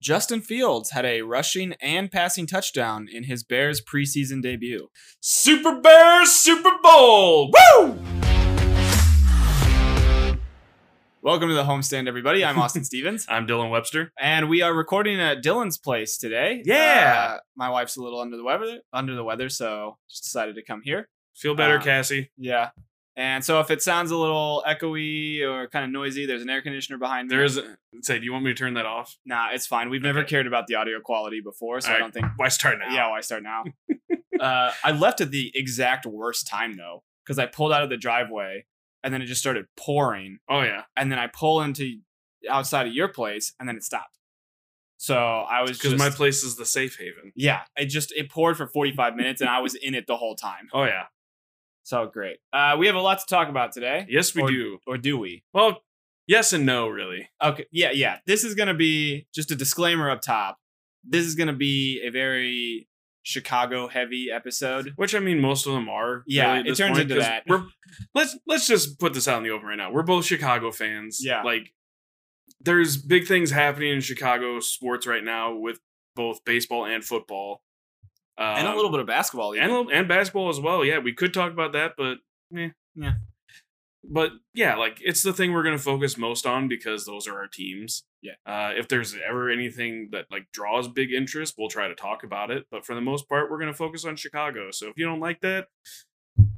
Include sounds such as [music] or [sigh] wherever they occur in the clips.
Justin Fields had a rushing and passing touchdown in his Bears preseason debut. Super Bears Super Bowl. Woo! Welcome to the homestand, everybody. I'm [laughs] Austin Stevens, I'm Dylan Webster. and we are recording at Dylan's place today. Yeah. Uh, my wife's a little under the weather, under the weather, so just decided to come here. Feel better, Uh, Cassie. Yeah. And so if it sounds a little echoey or kind of noisy, there's an air conditioner behind me. There is. A, say, do you want me to turn that off? Nah, it's fine. We've never Okay. cared about the audio quality before, so I Alright. don't think. Why start now? Yeah, why start [laughs] now? uh, I left at the exact worst time though, because I pulled out of the driveway and then it just started pouring, Oh yeah. and then I pull into outside of your place and then it stopped. So I was Because just my place is the safe haven. yeah, it just it poured for 45 minutes and I was in it the whole time. Oh yeah. So great. Uh, we have a lot to talk about today, Yes, we Or- do. or do we? Well, yes and no, really. Okay. Yeah, yeah. This is going to be just a disclaimer up top. This is going to be a very Chicago heavy episode. Which I mean, most of them are. Yeah, really, at it this turns into 'cause that. We're, let's let's just put this out in the open right now. We're both Chicago fans. Yeah. like there's big things happening in Chicago sports right now with both baseball and football, um, and a little bit of basketball. and even. a little- and basketball as well. Yeah, we could talk about that, but eh. Yeah. But yeah, like it's the thing we're gonna focus most on because those are our teams. Yeah. Uh, if there's ever anything that like draws big interest, we'll try to talk about it. But for the most part, we're gonna focus on Chicago. So if you don't like that,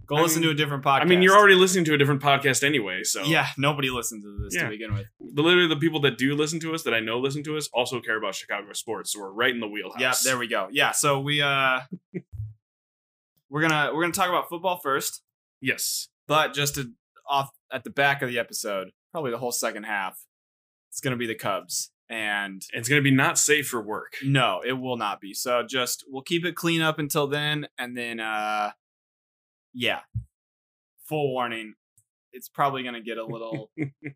Go I listen mean- to a different podcast. I mean, you're already listening to a different podcast anyway, so Yeah, nobody listens to this Yeah. to begin with. The, literally, the people that do listen to us, that I know listen to us, also care about Chicago sports. So we're right in the wheelhouse. Yeah, there we go. Yeah, so we uh we're going to we're going to talk about football first, Yes, but just to, off at the back of the episode, probably the whole second half. It's going to be the Cubs and And it's gonna be not safe for work. No, it will not be. So just we'll keep it clean up until then, and then uh yeah. Full warning. It's probably gonna get a [laughs] little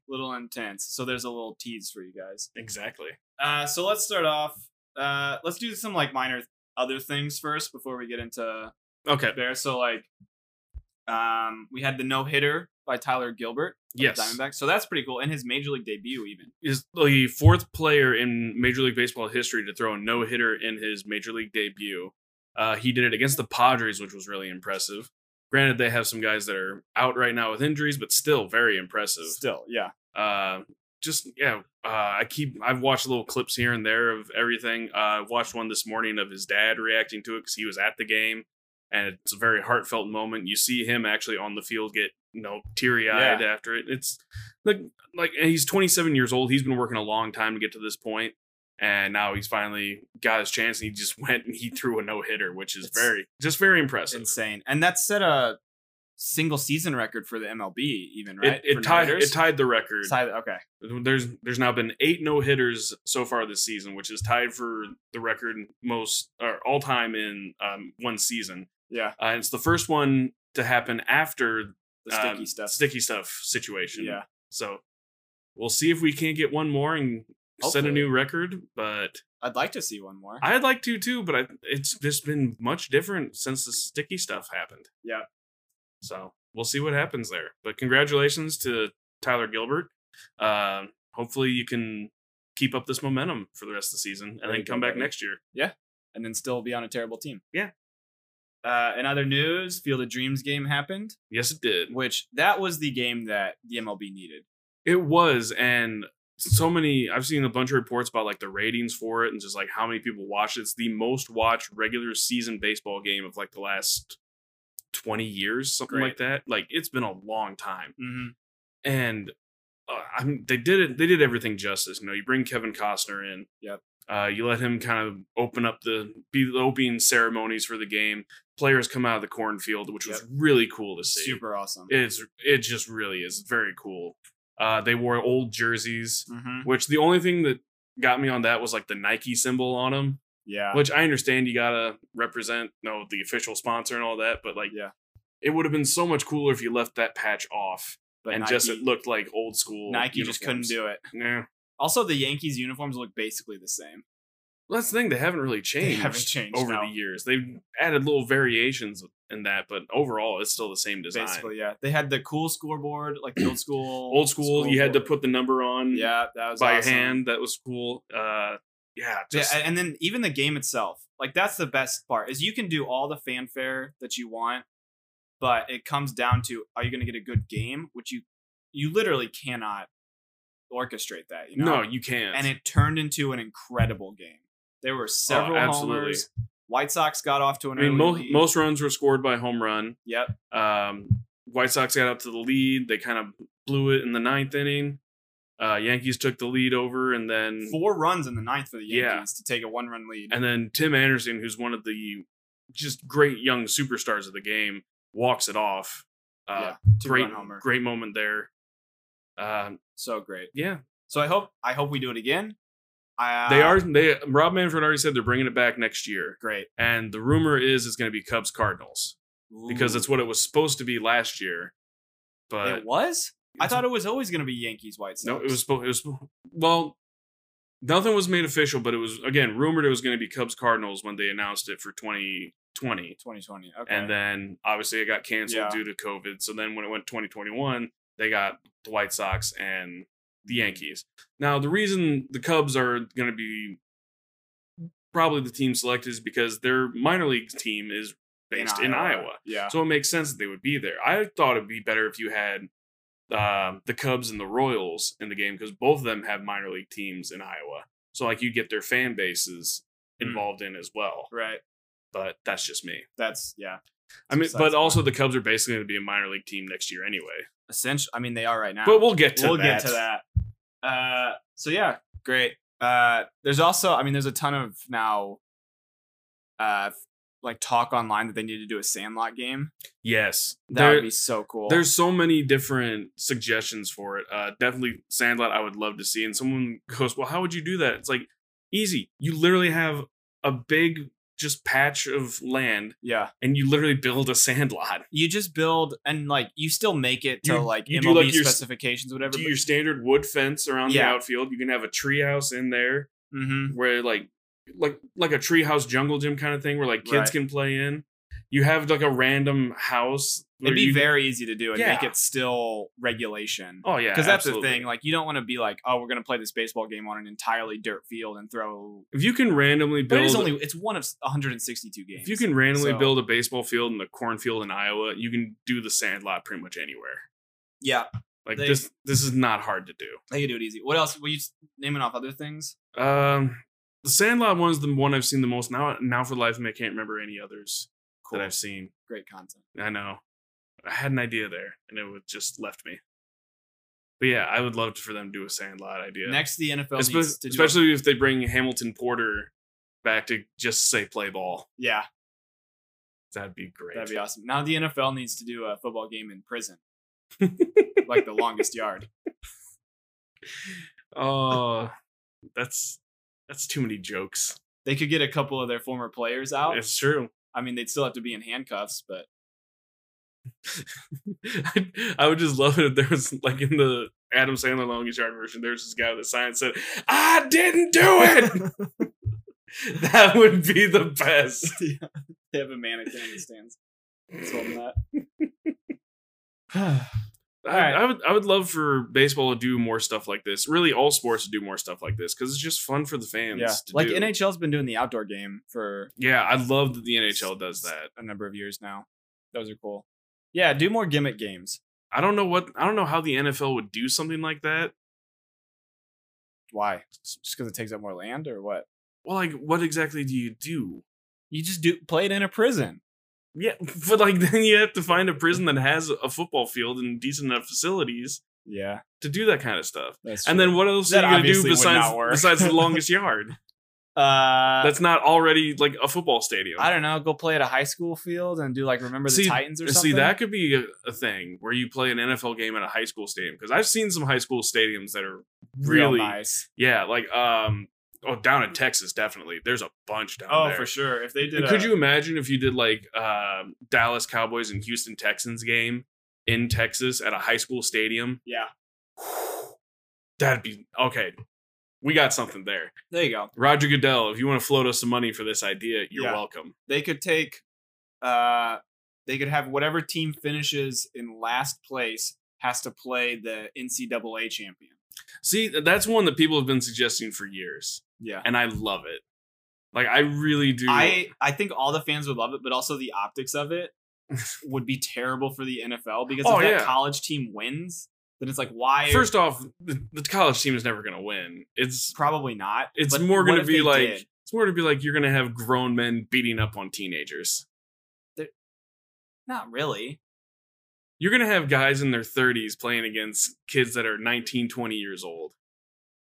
little intense. So there's a little tease for you guys. Exactly. Uh so let's start off. Uh let's do some like minor other things first before we get into Okay. there. So like um we had the no hitter by Tyler Gilbert of the Yes. Diamondbacks. So that's pretty cool. And his major league debut even. is the fourth player in Major League Baseball history to throw a no hitter in his Major League debut. Uh, he did it against the Padres, which was really impressive. Granted, they have some guys that are out right now with injuries, but still very impressive. Still, yeah. Uh, just yeah, uh, I keep I've watched little clips here and there of everything. Uh, I watched one this morning of his dad reacting to it because he was at the game, and it's a very heartfelt moment. You see him actually on the field get you know teary eyed after it. It's like like and he's 27 years old. He's been working a long time to get to this point, and now he's finally got his chance. And he just [laughs] went and he threw a no hitter, which is It's- very just very impressive. insane. And that set a single season record for the MLB, even right? It, it For tied no-hitters? it tied the record. Tied- okay, there's there's now been eight no hitters so far this season, which is tied for the record most or all time in um, one season. yeah, Uh, it's the first one to happen after the sticky um, stuff. sticky stuff situation. Yeah, So we'll see if we can't get one more and set Hopefully. a new record. But I'd like to see one more. I'd like to too. But I, it's just been much different since the sticky stuff happened. Yeah. So we'll see what happens there. But congratulations to Tyler Gilbert. Um, hopefully you can keep up this momentum for the rest of the season and There then you go, come back buddy. next year. and then still be on a terrible team. Yeah. Uh, in other news, Field of Dreams game happened, Yes, it did. which that was the game that the MLB needed. It was, and so many. I've seen a bunch of reports about like the ratings for it and just like how many people watched. it. It's the most watched regular season baseball game of like the last twenty years, something like that. Like it's been a long time. Mm-hmm. and uh, I mean, they did it. They did everything justice. You know, you bring Kevin Costner in. Yep. Uh, you let him kind of open up the be the opening ceremonies for the game. Players come out of the cornfield, which was Yep. really cool to see. Super awesome. It's it just really is very cool. Uh, they wore old jerseys, hmm which the only thing that got me on that was like the Nike symbol on them, Yeah. which I understand you gotta represent, you know, the official sponsor and all that, but like, Yeah. it would have been so much cooler if you left that patch off But and Nike, just it looked like old school. Nike just couldn't do it. Yeah, Also, the Yankees uniforms look basically the same. well, that's the thing. They haven't really changed. haven't changed, over no. the years. They've added little variations in that, but overall, it's still the same design. Basically, yeah. They had the cool scoreboard, like [clears throat] the old school. old school. You had to scoreboard. put the number on Yeah, that was by awesome. hand. That was cool. Uh, yeah, just yeah, and then even the game itself, like that's the best part is you can do all the fanfare that you want, but it comes down to are you going to get a good game, which you you literally cannot orchestrate that. You know? no, you can't. and it turned into an incredible game. There were several Oh, absolutely. homers. White Sox got off to an I mean, early mo- lead. most runs were scored by home run. Yep. Um, White Sox got up to the lead. They kind of blew it in the ninth inning. Uh, Yankees took the lead over, and then Four runs in the ninth for the Yankees Mm. Yeah. to take a one run lead. and then Tim Anderson, who's one of the just great young superstars of the game, walks it off. Uh, two great, run homer. great moment there. Um, So great. yeah, So I hope I hope we do it again. Uh, they are. They Rob Manfred already said they're bringing it back next year, great and the rumor is it's going to be Cubs Cardinals because Ooh. that's what it was supposed to be last year. But it was. I thought it was always going to be Yankees White Sox. No, it was. spo- It was. spo- Well, nothing was made official, but it was again rumored it was going to be Cubs Cardinals when they announced it for 2020, 2020. Okay. and then obviously it got canceled Yeah. due to COVID. So then when it went 2021, they got the White Sox and the Yankees. Now the reason the Cubs are going to be probably the team selected is because their minor league team is based in Iowa. Yeah. So it makes sense that they would be there. I thought it'd be better if you had um, the Cubs and the Royals in the game because both of them have minor league teams in Iowa. So like you get their fan bases Hmm. involved in as well. right. But that's just me. That's yeah. I mean, besides but the also the Cubs are basically going to be a minor league team next year anyway. Essential. I mean, they are right now. But we'll get to we'll that. get to that. Uh, so yeah, great. Uh, there's also, I mean, there's a ton of now, uh, like talk online that they need to do a Sandlot game. Yes, That There- would be so cool. There's so many different suggestions for it. Uh, definitely Sandlot, I would love to see. And someone goes, Well, how would you do that? It's like easy. You literally have a big just patch of land yeah, and you literally build a sandlot. you just build and like you still make it to You- like you MLB do, like, your s- specifications, whatever. Do your standard wood fence around Yeah. the outfield. You can have a treehouse in there mm-hmm. where like like like a treehouse jungle gym kind of thing where like kids Right. can play in. You have like a random house. where It'd be you- very easy to do and make Yeah. it still regulation. Oh yeah, Because that's absolutely. the thing. Like, you don't want to be like, oh, we're going to play this baseball game on an entirely dirt field and throw. If you can randomly But build, it's only, it's one of s- 162 games. if you can randomly so- build a baseball field in the cornfield in Iowa, you can do the sandlot pretty much anywhere. Yeah. Like They- this, this is not hard to do. They can do it easy. What else? Will you s- naming off other things? Um, the sandlot one's the one I've seen the most. Now, now for the life of me, I can't remember any others that I've seen. Great content. I know. I had an idea there, and it would just left me. But yeah, I would love for them to do a Sandlot idea. Next, the NFL Espe- needs to do. especially if they bring Hamilton Porter back to just say play ball. yeah, That'd be great. that'd be awesome. Now the NFL needs to do a football game in [laughs] prison, like the longest yard. oh, [laughs] that's that's too many jokes. They could get a couple of their former players out. It's true. [laughs] I mean, they'd still have to be in handcuffs, but [laughs] I, I would just love it if there was like in the Adam Sandler longest yard version. There's this guy with a sign that said, "I didn't do it." [laughs] [laughs] that would be the best. they have a mannequin in the stands. It's holding [sighs] [sighs] that. I, Alright. I would I would love for baseball to do more stuff like this. Really, all sports to do more stuff like this because it's just fun for the fans. yeah, to like do. NHL's been doing the outdoor game for Yeah, I love that the NHL does that. a number of years now. Those are cool. Yeah, do more gimmick games. I don't know what I don't know how the NFL would do something like that. Why? Just because it takes up more land, or what? Well, like what exactly do you do? You just do play it in a prison. Yeah, [laughs] but like then you have to find a prison that has a football field and decent enough facilities Yeah, to do that kind of stuff. that's And then what else That are you gonna do obviously would besides not work. besides [laughs] the longest yard? uh, That's not already like a football stadium. I don't know, go play at a high school field and do like remember the See- Titans or And something. See, that could be a, a thing where you play an NFL game at a high school stadium because I've seen some high school stadiums that are Real really, nice. yeah, like um, oh, down in Texas, definitely. There's a bunch down Oh, there. for uh, sure. If they did, And a, Could you imagine if you did like um Dallas Cowboys and Houston Texans game in Texas at a high school stadium? Yeah, [sighs] That'd be okay. We got something there. there you go. Roger Goodell, if you want to float us some money for this idea, you're Yeah. welcome. They could take, uh, they could have whatever team finishes in last place has to play the NCAA champion. See, that's one that people have been suggesting for years. Yeah. and I love it. Like I really do. I, I think all the fans would love it, but also the optics of [laughs] it would be terrible for the NFL because Oh, if that yeah. college team wins, then it's like why First off, the, the college team is never going to win. It's probably not. it's but more what going to if be they like did? it's more to be like you're going to have grown men beating up on teenagers. not really. You're going to have guys in their 30s playing against kids that are 19, 20 years old.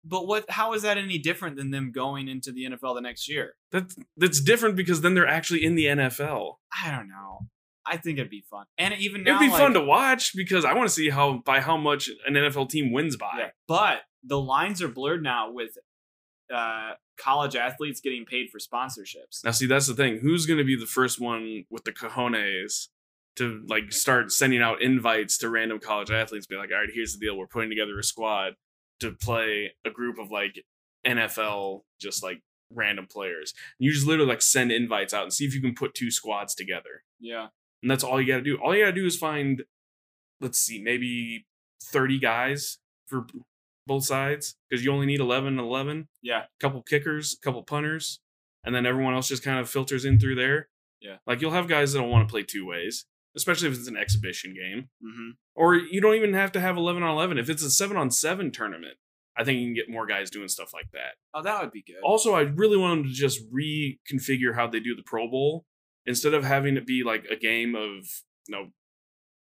But what how is that any different than them going into the NFL the next year? That's that's different because then they're actually in the NFL. I don't know. I think it'd be fun. And even now It'd be like, fun to watch because I want to see how by how much an NFL team wins by. Yeah. But the lines are blurred now with uh, college athletes getting paid for sponsorships. Now, see, that's the thing. Who's going to be the first one with the cojones to like start sending out invites to random college athletes? Be like, all right, here's the deal. We're putting together a squad to play a group of like NFL, just like random players. You just literally like send invites out and see if you can put two squads together. Yeah. And that's all you got to do. All you got to do is find, let's see, maybe 30 guys for b- both sides because you only need 11 11 Yeah. couple kickers, couple punters, and then everyone else just kind of filters in through there. Yeah. Like you'll have guys that don't want to play two ways, especially if it's an exhibition game. Mm-hmm. Or you don't even have to have 11 on 11. If it's a 7 on 7 tournament, I think you can get more guys doing stuff like that. Oh, that would be good. Also, I really want them to just reconfigure how they do the Pro Bowl. Instead of having it be like a game of, you know,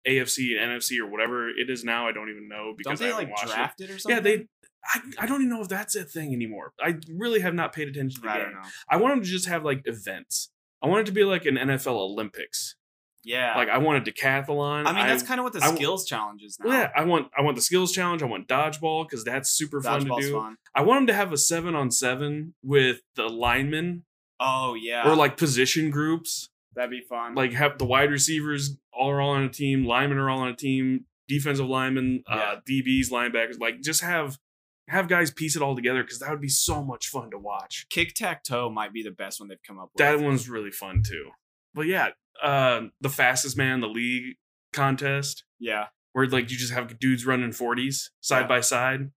AFC and NFC or whatever it is now, I don't even know Don't because they I haven't like watched it. draft it. or something? Yeah, they. I, I don't even know if that's a thing anymore. I really have not paid attention to the I game. don't know. I want them to just have like events. I want it to be like an NFL Olympics. Yeah. Like I want a decathlon. I mean, that's kind of what the I w- skills challenge is now. well, yeah, I want I want the skills challenge. I want dodgeball because that's super fun to Dodgeball's do. fun. I want them to have a seven on seven with the linemen Oh yeah. or like position groups. that'd be fun. Like have the wide receivers all are all on a team, linemen are all on a team, defensive linemen, uh, DBs, linebackers. Like just have have guys piece it all together because that would be so much fun to watch. kick tac toe might be the best one they've come up with. That one's really fun too. But yeah, uh, the fastest man in the league contest yeah. where like you just have dudes running forties side Yeah. by side.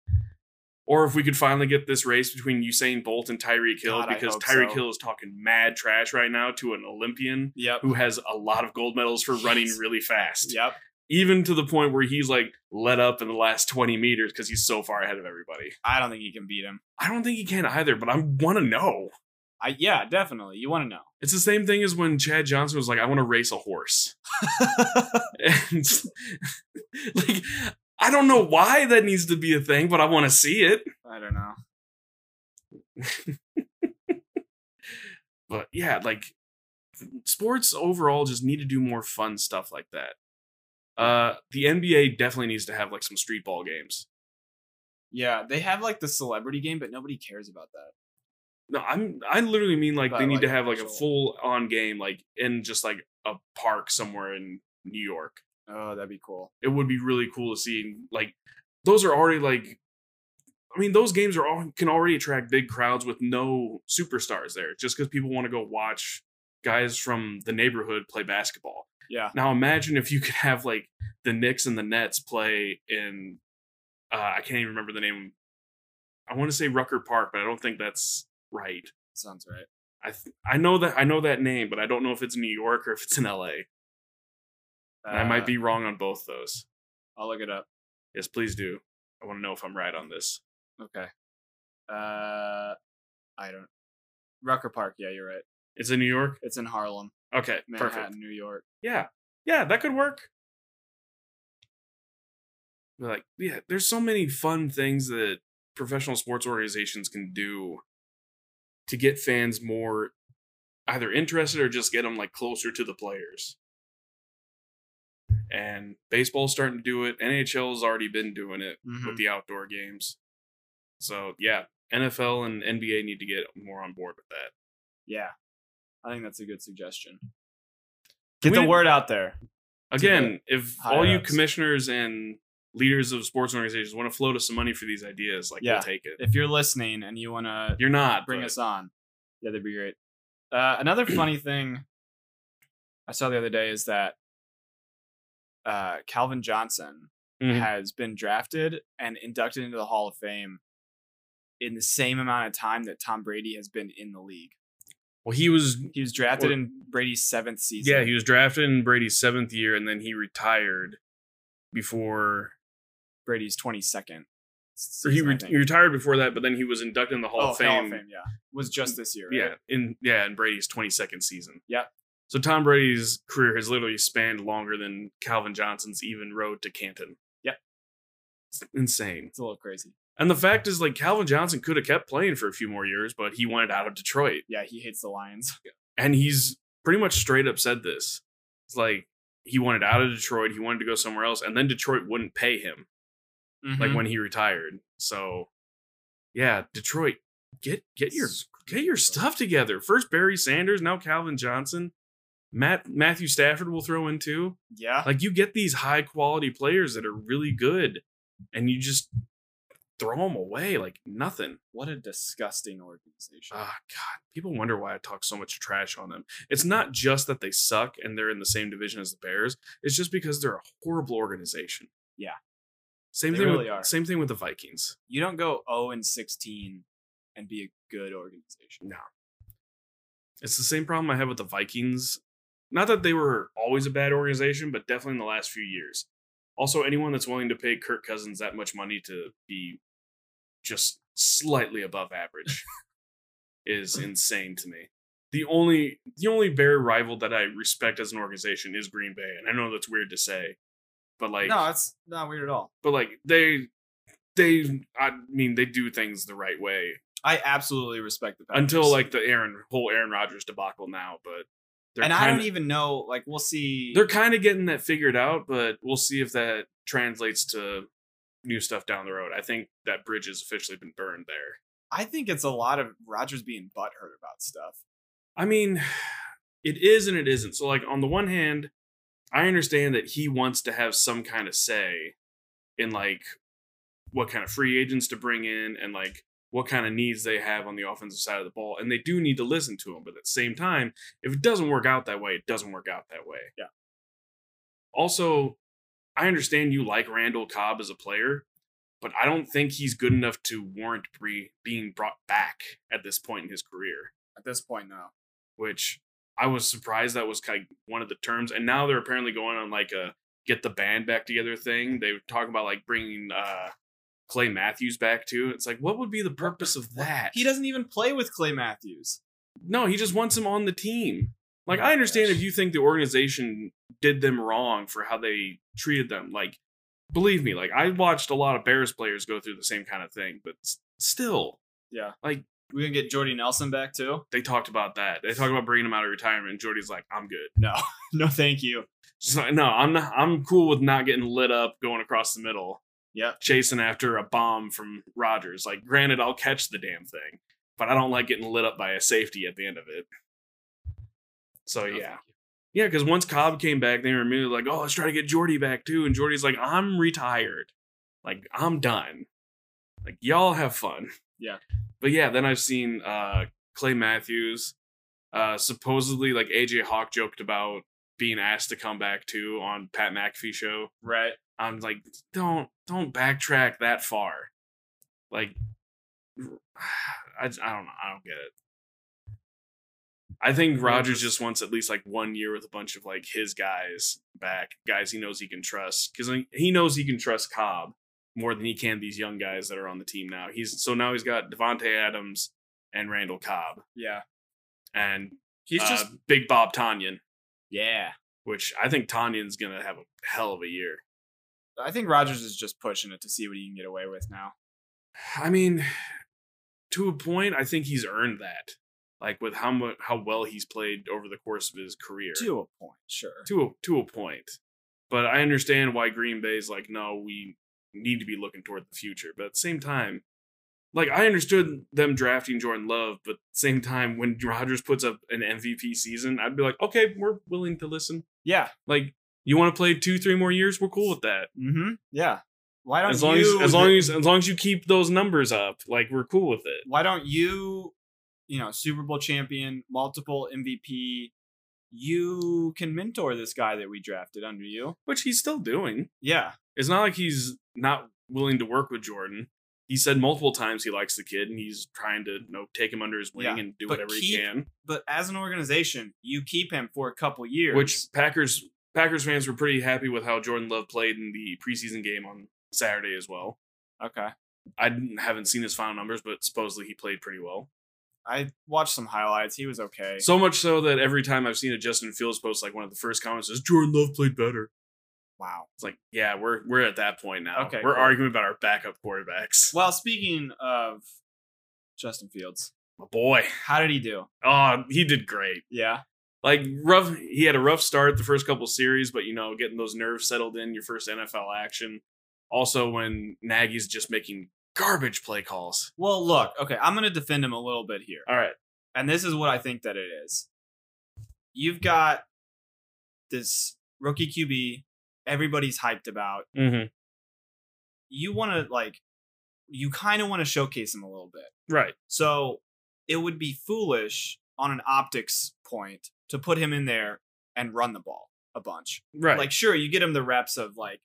Or if we could finally get this race between Usain Bolt and Tyreek Hill God, I because hope Tyreek so. Hill is talking mad trash right now to an Olympian Yep. who has a lot of gold medals for running Yes. really fast. Yep. Even to the point where he's like let up in the last 20 meters because he's so far ahead of everybody. I don't think you can beat him. I don't think he can either, but I want to know. I yeah, definitely. You want to know. It's the same thing as when Chad Johnson was like, I want to race a horse. and [laughs] like, I don't know why that needs to be a thing, but I want to see it. I don't know. But yeah, like sports overall just need to do more fun stuff like that. Uh, the NBA definitely needs to have like some street ball games. Yeah, they have like the celebrity game, but nobody cares about that. No, I'm I literally mean like But, they need like, to have like a actual- full on game like in just like a park somewhere in New York. Oh, that'd be cool. it would be really cool to see. Like those are already like, I mean, those games are all can already attract big crowds with no superstars there, just because people want to go watch guys from the neighborhood play basketball. Yeah. Now imagine if you could have like the Knicks and the Nets play in, uh, I can't even remember the name. I want to say Rucker Park, but I don't think that's right. Sounds right. I th- I know that I know that name, but I don't know if it's in New York or if it's in L.A. And I Uh, might be wrong on both those. I'll look it up. Yes, please do. I want to know if I'm right on this. Okay. Uh, I don't. Rucker Park. Yeah, you're right. It's in New York. It's in Harlem, Okay, Manhattan, perfect. New York. Yeah, yeah, that could work. But, like, yeah, there's so many fun things that professional sports organizations can do to get fans more either interested or just get them like closer to the players. And baseball's starting to do it. NHL's already been doing it. Mhm. with the outdoor games. So yeah, NFL and NBA need to get more on board with that. Yeah, I think that's a good suggestion. Get Get the the word out there. Again, if all you higher-ups. commissioners and leaders of sports organizations want to float us some money for these ideas, like Yeah. we'll take it. If you're listening and you want to You're not. bring but- us on, yeah, that'd be great. Uh, [clears throat] another funny thing I saw the other day is that uh, Calvin Johnson Mhm. has been drafted and inducted into the Hall of Fame in the same amount of time that Tom Brady has been in the league. Well, he was He was drafted Well- in Brady's seventh season. yeah, he was drafted in Brady's seventh year, and then he retired before Brady's twenty second. or he, re- he retired before that, but then he was inducted in the Hall, oh, of, fame, Hall of Fame. Yeah, was just this year. Yeah, right? in yeah, in Brady's twenty second season. Yeah. So Tom Brady's career has literally spanned longer than Calvin Johnson's even road to Canton. Yeah. It's insane. it's a little crazy. And the fact is, like Calvin Johnson could have kept playing for a few more years, but he wanted out of Detroit. Yeah, he hates the Lions. and he's pretty much straight up said this. It's like he wanted out of Detroit, he wanted to go somewhere else, and then Detroit wouldn't pay him Mm-hmm. like when he retired. So yeah, Detroit, get get your get your stuff together. First Barry Sanders, now Calvin Johnson. Matt Matthew Stafford will throw in too. yeah, Like you get these high quality players that are really good and you just throw them away like nothing. what a disgusting organization. Ah, God, people wonder why I talk so much trash on them. It's not just that they suck and they're in the same division as the Bears. It's just because they're a horrible organization. Yeah. Same They thing. really with, are. Same thing with the Vikings. you don't go zero and sixteen and be a good organization. No. It's the same problem I have with the Vikings. Not that they were always a bad organization, but definitely in the last few years. Also, anyone that's willing to pay Kirk Cousins that much money to be just slightly [laughs] above average is insane to me. The only the only bear rival that I respect as an organization is Green Bay, and I know that's weird to say, but like no, that's not weird at all. but like they they I mean they do things the right way I absolutely respect the Packers. until like the Aaron whole Aaron Rodgers debacle now, but they're and I kind don't of even know. Like, we'll see. they're kind of getting that figured out, but we'll see if that translates to new stuff down the road. I think that bridge has officially been burned there. I think it's a lot of Rogers being butthurt about stuff. I mean, [sighs] it is and it isn't. So like on the one hand, I understand that he wants to have some kind of say in like what kind of free agents to bring in and like what kind of needs they have on the offensive side of the ball and they do need to listen to him but at the same time if it doesn't work out that way it doesn't work out that way Yeah. also i understand you like randall cobb as a player but i don't think he's good enough to warrant Bree being brought back at this point in his career At this point, no. which I was surprised that was kind of one of the terms. And now they're apparently going on like a get the band back together thing. They were talking about like bringing uh Clay Matthews back too. It's like, what would be the purpose of that? He doesn't even play with Clay Matthews. No, he just wants him on the team. Like, Oh my I understand gosh. if you think the organization did them wrong for how they treated them. Like, believe me, like I watched a lot of Bears players go through the same kind of thing, but s- still, Yeah. Like- we're gonna get Jordy Nelson back too. [laughs] they talked about that. They talked about bringing him out of retirement. And Jordy's like, I'm good. No, no, thank you. Just like, no, I'm not, I'm cool with not getting lit up going across the middle, Yeah, chasing after a bomb from Rogers. Like, granted, I'll catch the damn thing, but I don't like getting lit up by a safety at the end of it. So No, Oh, yeah, thank you. yeah, because once Cobb came back, they were immediately like, "Oh, let's try to get Jordy back too," and Jordy's like, "I'm retired, like I'm done, like y'all have fun." Yeah. but yeah, then I've seen uh Clay Matthews, uh supposedly like AJ Hawk joked about being asked to come back too on Pat McAfee show. right. I'm like, don't don't backtrack that far, like, [sighs] I I don't know, I don't get it. I think Rogers just wants at least like one year with a bunch of like his guys back, guys he knows he can trust, because he knows he can trust Cobb more than he can these young guys that are on the team now. He's so now he's got Devonte Adams and Randall Cobb Yeah, and he's uh, just Big Bob Tanyan, yeah. which I think Tanyan's gonna have a hell of a year. I think Rogers is just pushing it to see what he can get away with now. I mean, to a point, I think he's earned that. Like with how much how well he's played over the course of his career. To a point, sure. to a to a point. But I understand why Green Bay's like, no, we need to be looking toward the future. But at the same time, like I understood them drafting Jordan Love, but at the same time, when Rodgers puts up an MVP season, I'd be like, okay, we're willing to listen. Yeah. Like, you want to play two, three more years? We're cool with that. Mm-hmm. Yeah. Why don't As long as you- as long as as long as you keep those numbers up, like we're cool with it. why don't you, you know, Super Bowl champion, multiple MVP, you can mentor this guy that we drafted under you. Which he's still doing. Yeah. It's not like he's not willing to work with Jordan. he said multiple times he likes the kid and he's trying to you know take him under his wing Yeah, and do but whatever he keep can. But as an organization, you keep him for a couple years. Which Packers Packers fans were pretty happy with how Jordan Love played in the preseason game on Saturday as well. okay, I didn't- haven't seen his final numbers, but supposedly he played pretty well. I watched some highlights. He was okay. So much so that every time I've seen a Justin Fields post, like one of the first comments is Jordan Love played better. wow. It's like, yeah, we're we're at that point now. Okay, we're cool. arguing about our backup quarterbacks. Well, speaking of Justin Fields, My boy, how did he do? oh, he did great. Yeah. Like rough, he had a rough start the first couple series, but you know, getting those nerves settled in your first NFL action. Also, when Nagy's just making garbage play calls. Well, look, okay, I'm going to defend him a little bit here. All right, And this is what I think that it is. You've got this rookie QB everybody's hyped about. mm-hmm. You want to like you kind of want to showcase him a little bit. right, So, it would be foolish on an optics point to put him in there and run the ball a bunch. right. Like sure, you get him the reps of like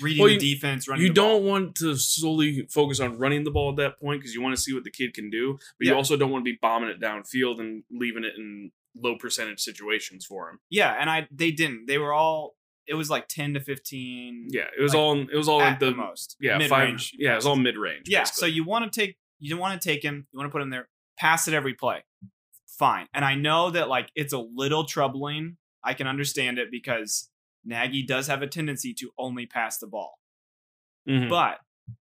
reading Well, the you- defense, running you the ball. don't want to solely focus on running the ball at that point because you want to see what the kid can do, but Yeah. you also don't want to be bombing it downfield and leaving it in low percentage situations for him. Yeah, and I they didn't. They were all it was like ten to fifteen. Yeah, it was Like, all it was all at like the, the, most. yeah Mid-range. five yeah it was all mid range. Yeah, so you want to take you want to take him. You want to put him there. Pass it every play. Fine. And I know that like it's a little troubling. I can understand it because Nagy does have a tendency to only pass the ball. Hmm. Mm-hmm. But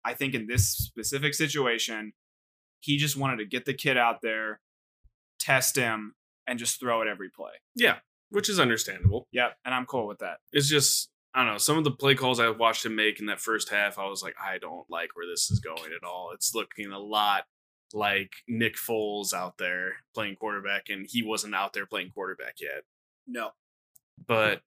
I think in this specific situation, he just wanted to get the kid out there, test him, and just throw it every play. which is understandable. Yep. And I'm cool with that. It's just I don't know some of the play calls I watched him make in that first half. I was like, I don't like where this is going at all. It's looking a lot like Nick Foles out there playing quarterback, and he wasn't out there playing quarterback yet. No. but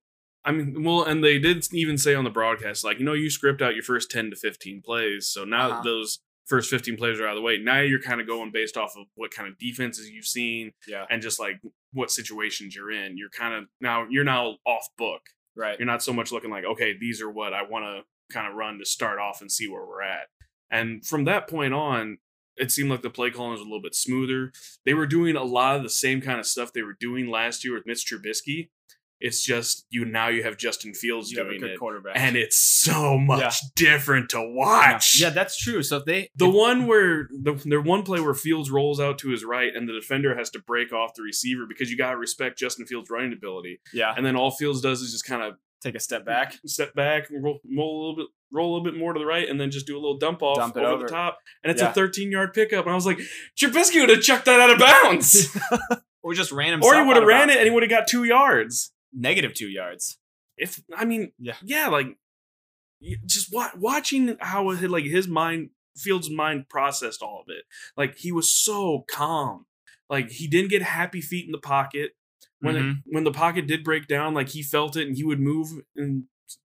I mean, well, and they did even say on the broadcast, like, you know, you script out your first 10 to 15 plays. So now Uh-huh. that those first 15 plays are out of the way, now you're kind of going based off of what kind of defenses you've seen Yeah. and just like what situations you're in. You're kind of now, you're now off book. Right. You're not so much looking like, okay, these are what I want to kind of run to start off and see where we're at. And from that point on, it seemed like the play calling was a little bit smoother. They were doing a lot of the same kind of stuff they were doing last year with Mitch Trubisky. It's just you now you have Justin Fields You have a doing good it, quarterback. and it's so much Yeah. different to Yeah. watch. Yeah, that's true. So if they The if- one where the the one play where Fields rolls out to his right and the defender has to break off the receiver because you gotta respect Justin Fields' running ability. yeah, And then all Fields does is just kind of take a step back. step back, roll, roll a little bit, roll a little bit more to the right, and then just do a little dump off Dump it over, over. the top, and it's Yeah. a 13 yard pickup. And I was like, Trubisky would have chucked that out [laughs] [laughs] of bounds, or just ran himself. or he would have ran it it and he would have got two yards. negative two yards. If I mean, Yeah. yeah, like you- just wa- watching how it, like his mind, Fields' mind processed all of it. Like he was so calm. Like he didn't get happy feet in the pocket. when Mhm. it, when the pocket did break down, like he felt it and he would move in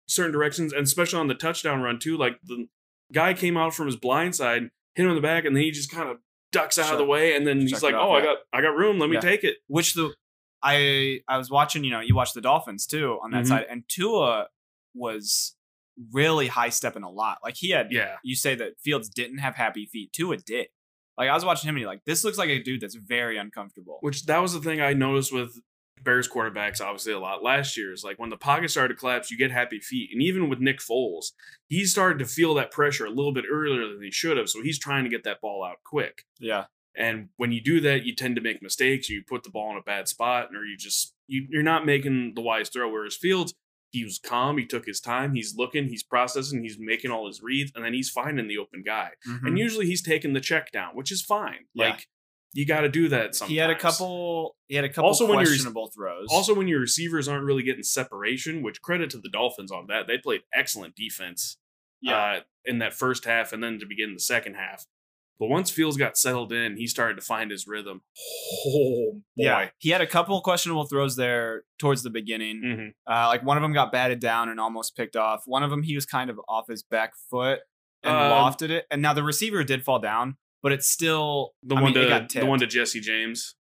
certain directions, and especially on the touchdown run too. Like the guy came out from his blind side, hit him in the back, and then he just kind of ducks out Shut- of the way, and then check he's like, it out, "Oh, I yeah. got I got room. Let me Yeah. take it." which the I I was watching. You know, you watch the Dolphins too on that Mhm. side, and Tua was really high stepping a lot. Like he had. Yeah, You say that Fields didn't have happy feet. Tua did. Like I was watching him, and you're like, this looks like a dude that's very uncomfortable. which that was the thing I noticed with Bears quarterbacks, obviously a lot last year is like when the pocket started to collapse, you get happy feet, and even with Nick Foles, he started to feel that pressure a little bit earlier than he should have, so he's trying to get that ball out quick. yeah, And when you do that, you tend to make mistakes. You put the ball in a bad spot, or you just you, you're not making the wise throw. Whereas Fields, he was calm. He took his time. He's looking. He's processing. He's making all his reads, and then he's finding the open guy. Mhm. And usually he's taking the check down, which is fine. Yeah. Like you got to do that. Sometimes he had a couple. He had a couple Also, when you're- questionable throws. Also, when your receivers aren't really getting separation, which credit to the Dolphins on that, they played excellent defense yeah, uh, in that first half and then to begin the second half. But once Fields got settled in, he started to find his rhythm. Oh boy. yeah, he had a couple questionable throws there towards the beginning. Mhm. Uh, like one of them got batted down and almost picked off. One of them he was kind of off his back foot and Uh, lofted it. And now the receiver did fall down, but it's still The I one mean, it to got the one tipped. to Jesse James.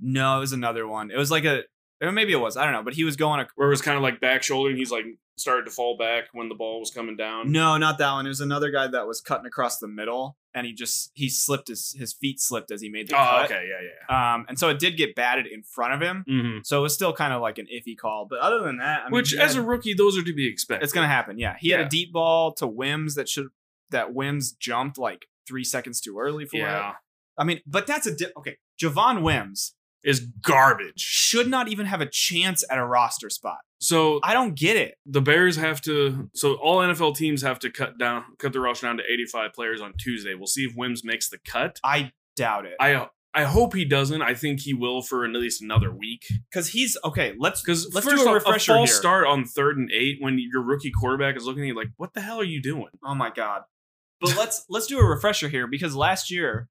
No, it was another one. It was like a it Or maybe it was. I don't know. But he was going. Ac- where it was kind of like back shoulder, and he's like started to fall back when the ball was coming down. no, not that one. It was another guy that was cutting across the middle, and he just he slipped his his feet slipped as he made the Oh, cut. okay, yeah, yeah. Um, and so it did get batted in front of him. Mm-hmm. So it was still kind of like an iffy call. But other than that, I mean, Which, he as had- a rookie, those are to be expected. it's gonna happen. Yeah, he had Yeah. a deep ball to Wims that should that Wims jumped like three seconds too early for it. yeah, I mean, but that's a di- okay. Javon Wims is garbage. should not even have a chance at a roster spot. So I don't get it. the Bears have to. So all NFL teams have to cut down, cut the roster down to 85 players on Tuesday. We'll see if Wims makes the cut. I doubt it I I hope he doesn't. I think he will for an, at least another week. because he's okay. Let's Because Let's do first a off, refresher false here. start on third and eight when your rookie quarterback is looking at you like, "What the hell are you doing?" oh my god [laughs] but let's let's do a refresher here because last year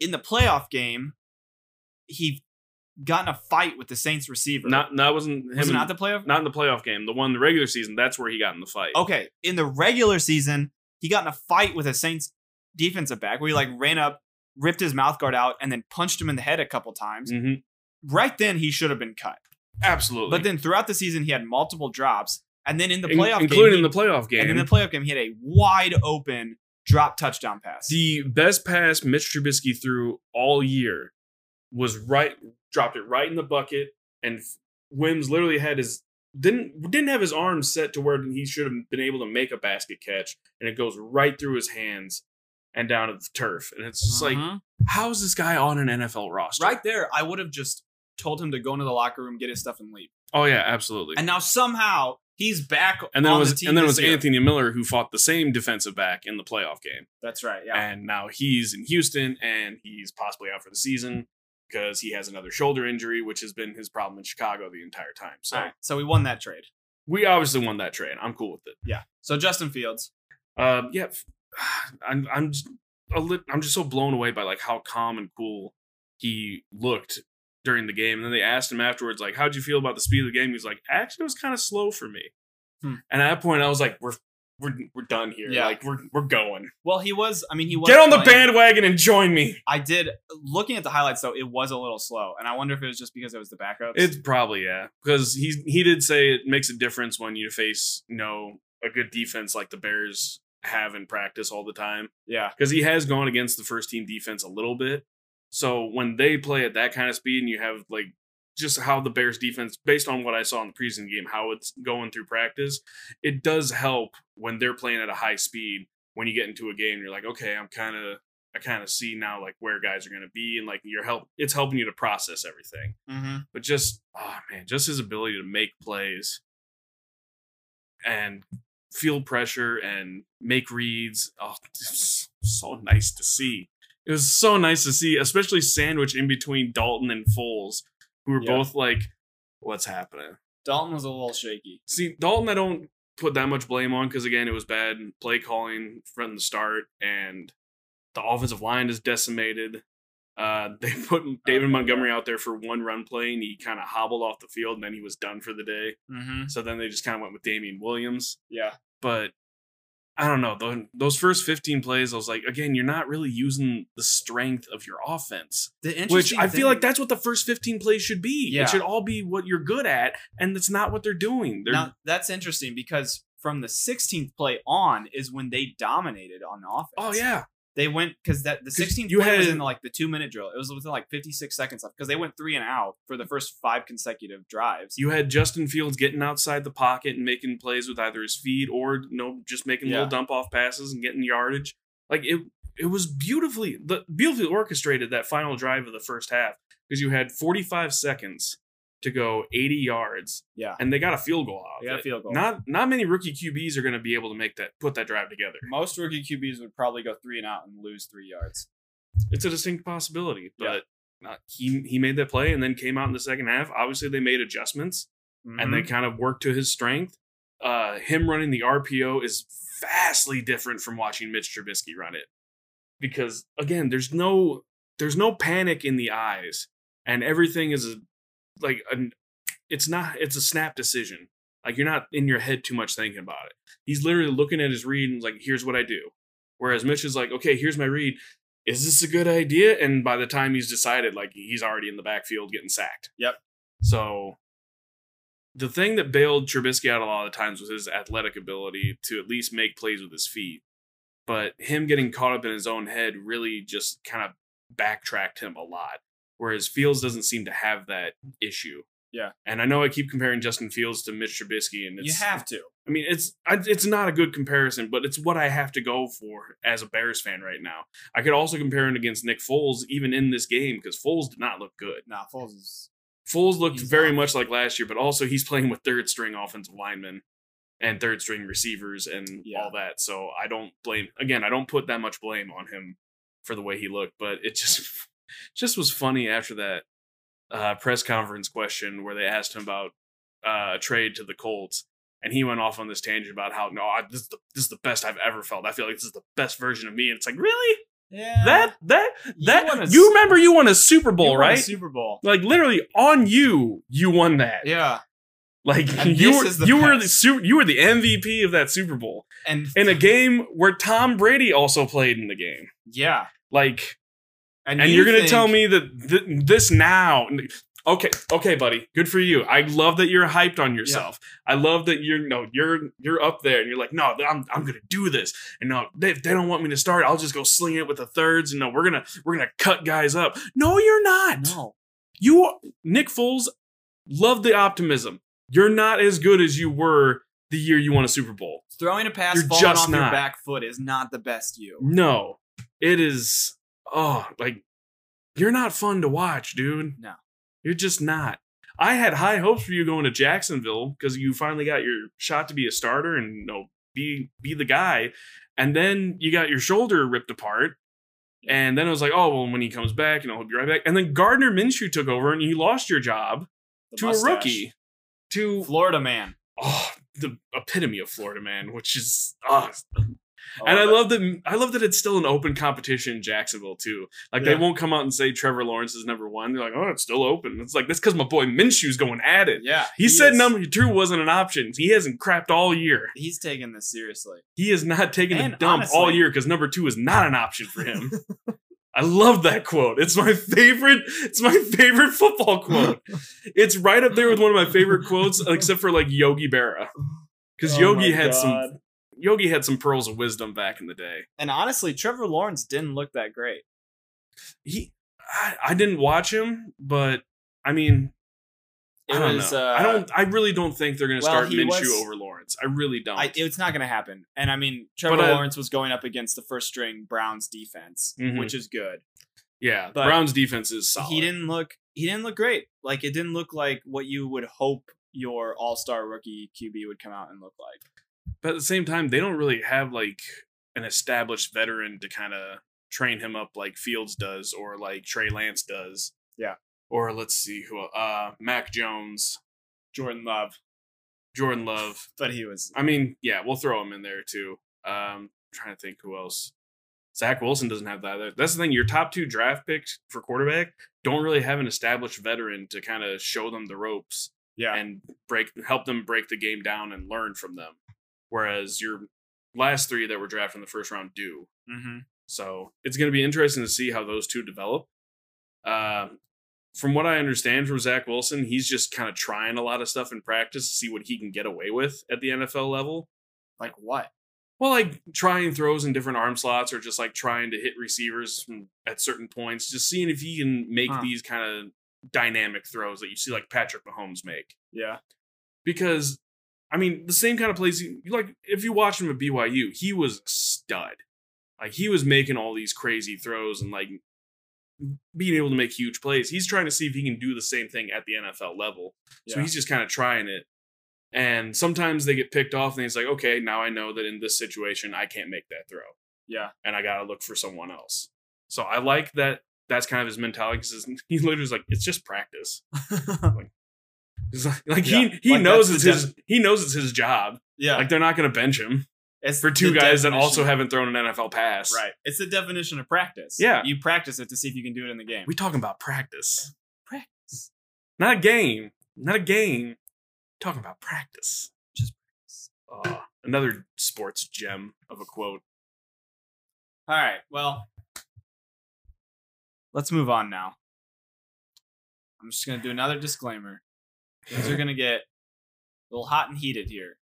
in the playoff game he got in a fight with the saints receiver Not that wasn't him. was it in- not the playoff not in the playoff game. The one in the regular season. That's where he got in the fight. okay in the regular season he got in a fight with a saints defensive back where he like ran up ripped his mouth guard out and then punched him in the head a couple times hmm right then he should have been cut Absolutely. but then throughout the season he had multiple drops and then in the In- playoff including game, in the playoff game, and in the playoff game he had a wide open drop touchdown pass the best pass Mitch Trubisky threw all year was right dropped it right in the bucket, and Wims literally had his didn't didn't have his arm set to where he should have been able to make a basket catch, and it goes right through his hands and down to the turf, and it's just like Mhm. how is this guy on an NFL roster? right there, I would have just told him to go into the locker room, get his stuff, and leave. Oh yeah, absolutely. And, And now somehow he's back. then it on the was team and then it this was year. Anthony Miller who fought the same defensive back in the playoff game. That's right. Yeah. and now he's in Houston and he's possibly out for the season because he has another shoulder injury, which has been his problem in Chicago the entire time. So All right. So we won that trade. we obviously won that trade. I'm cool with it. Yeah. So Justin Fields. Um, yeah, f- [sighs] I'm I'm just a lit, I'm just so blown away by like how calm and cool he looked during the game. And then they asked him afterwards, like, "How'd you feel about the speed of the game?" He was like, "Actually, it was kind of slow for me." Hmm. And at that point, I was like, "We're we're we're done here. Yeah. Like we're we're going. Well, he was. I mean, he was. Get on the playing- bandwagon and join me." I did. Looking at the highlights, though, it was a little slow, and I wonder if it was just because it was the backups. It's probably yeah, because he he did say it makes a difference when you face you know a good defense like the Bears have in practice all the time. yeah. Because he has gone against the first team defense a little bit, so when they play at that kind of speed and you have like just how the Bears defense, based on what I saw in the preseason game, how it's going through practice, it does help when they're playing at a high speed. When you get into a game, you're like, okay, I'm kind of I kind of see now like where guys are going to be, and like you're help it's helping you to process everything Mm-hmm. but just oh man, just his ability to make plays and feel pressure and make reads. Oh, it's so nice to see. It was so nice to see, especially sandwich in between Dalton and Foles, who were Yeah. both like, "What's happening?" Dalton was a little shaky. See, Dalton, I don't put that much blame on because again, it was bad play calling from the start, and the offensive line is decimated. Uh, [laughs] they put David Montgomery out there for one run play, and he kind of hobbled off the field, and then he was done for the day. Mm-hmm. So then they just kind of went with Damian Williams. Yeah. But I don't know. tho- Those first 15 plays, I was like, again, you're not really using the strength of your offense, The interesting. which I feel thing- like that's what the first 15 plays should be. Yeah. It should all be what you're good at, and that's not what they're doing. They're Now that's interesting because from the 16th play on is when they dominated on offense. Oh yeah, They went because that the 16th you play was had- in like the two minute drill. It was within like 56 seconds left because they went three and out for the first five consecutive drives. you had Justin Fields getting outside the pocket and making plays with either his feet or you know, just making Yeah. little dump off passes and getting yardage. Like it, it was beautifully, the, beautifully orchestrated that final drive of the first half because you had 45 seconds to go 80 yards yeah, and they got a field goal out. they got Of a it. field goal. Not not many rookie QBs are going to be able to make that put that drive together. Most rookie QBs would probably go three and out and lose three yards. It's a distinct possibility, but. Yeah. not- he he made that play and then came out in the second half. Obviously, they made adjustments. Mm-hmm. and they kind of work to his strength. Uh, him running the RPO is vastly different from watching Mitch Trubisky run it, because again, there's no there's no panic in the eyes, and everything is a, like an it's not it's a snap decision. Like you're not in your head too much thinking about it. He's literally looking at his read and is like, here's what I do. Whereas Mitch is like, okay, here's my read. Is this a good idea? And by the time he's decided, like he's already in the backfield getting sacked. So the thing that bailed Trubisky out a lot of the times was his athletic ability to at least make plays with his feet. But him getting caught up in his own head really just kind of backtracked him a lot. Whereas Fields doesn't seem to have that issue. Yeah. And I know I keep comparing Justin Fields to Mitch Trubisky, and it's You have to. I mean, it's I, it's not a good comparison, but it's what I have to go for as a Bears fan right now. I could also compare him against Nick Foles, even in this game, because Foles did not look good. Nah, Foles is Foles looked He's very not. much like last year, but also he's playing with third string offensive linemen and third string receivers and Yeah. all that. So I don't blame. Again, I don't put that much blame on him for the way he looked, but it just [laughs] just was funny after that uh, press conference question where they asked him about uh, a trade to the Colts, and he went off on this tangent about how no, I, this is the, this is the best I've ever felt. I feel like this is the best version of me, and it's like really yeah. that that You that won a you, s- remember you won a Super you Bowl, won a right? Super Bowl. like literally on you you won that Yeah, like And you this were is the you were the best. su- you were the mvp of that super bowl and in a game where tom brady also played in the game yeah, like and, you you're gonna think- tell me that th- this now okay okay buddy good for you i love that you're hyped on yourself i love that you're no you're you're up there and you're like no i'm, I'm gonna do this and no they, they don't want me to start i'll just go sling it with the thirds and no we're gonna we're gonna cut guys up no you're not no, you are, Nick Foles love the optimism. You're not as good as you were the year you won a Super Bowl. throwing a pass You're falling just off not. your back foot is not the best you. No. It is oh, like you're not fun to watch, dude. No. You're just not. I had high hopes for you going to Jacksonville because you finally got your shot to be a starter and you know, be be the guy. And then you got your shoulder ripped apart. And then it was like, oh well, when he comes back, and I'll be right back. And then Gardner Minshew took over, and you lost your job. The to mustache. a rookie to Florida man, oh, the epitome of Florida man, which is ah. I and I love it. love that I love that it's still an open competition in Jacksonville too. Like they Yeah. won't come out and say Trevor Lawrence is number one. They're like, oh, it's still open. It's like that's because my boy Minshew's going at it. Yeah, He, said is- number two wasn't an option. He hasn't crapped all year. He's taking this seriously. He has not taken a And dump all honestly- year because number two is not an option for him. I love that quote. It's my favorite. It's my favorite football quote. it's right up there with one of my favorite quotes, except for like Yogi Berra, because Oh Yogi my had some. God. Yogi had some pearls of wisdom back in the day. And honestly, Trevor Lawrence didn't look that great. He, I, I didn't watch him, but I mean, It I don't was. know. Uh, I don't. I really don't think they're going to well, start he Minshew was- over Lawrence. I really don't. I, it's not going to happen. And I mean, Trevor But I- Lawrence was going up against the first string Browns defense, Mhm. which is good. yeah, but Brown's defense is solid. He didn't look. He didn't look great. Like it didn't look like what you would hope your All Star rookie QB would come out and look like. but at the same time, they don't really have like an established veteran to kind of train him up like Fields does or like Trey Lance does. Yeah. Or let's see who uh Mac Jones, Jordan Love, Jordan Love. but he was. I mean, yeah, we'll throw him in there too. Um trying to think who else. Zach Wilson doesn't have that. either. That's the thing. Your top two draft picks for quarterback don't really have an established veteran to kind of show them the ropes Yeah, and break help them break the game down and learn from them. Whereas your last three that were drafted in the first round do. mm-hmm. So it's going to be interesting to see how those two develop. Uh, from what I understand from Zach Wilson, he's just kind of trying a lot of stuff in practice to see what he can get away with at the NFL level. like what? Well, like trying throws in different arm slots or just like trying to hit receivers from- at certain points, just seeing if he can make Huh. these kind of dynamic throws that you see like Patrick Mahomes make Yeah, because I mean the same kind of plays. he- Like if you watch him at BYU, he was a stud. Like he was making all these crazy throws and like being able to make huge plays. He's trying to see if he can do the same thing at the NFL level. So Yeah. he's just kind of trying it. And sometimes they get picked off, and he's like, "Okay, now I know that in this situation I can't make that throw." yeah. and I gotta look for someone else. So I like that. That's kind of his [laughs] mentality because he literally was like, "It's [laughs] just practice." like, it's like- like, Yeah, he he like, knows it's that's the his he knows it's his job. Yeah, Like they're not gonna bench him it's for the two guys that also definition- haven't thrown an NFL pass. right. It's the definition of practice. Yeah. you practice it to see if you can do it in the game. We talking about practice, practice. not a game, not a game. Talking about practice. Just practice. Uh, another sports gem of a quote. All right. Well, let's move on now. I'm just going to do another disclaimer. Things are gonna get a little hot and heated here.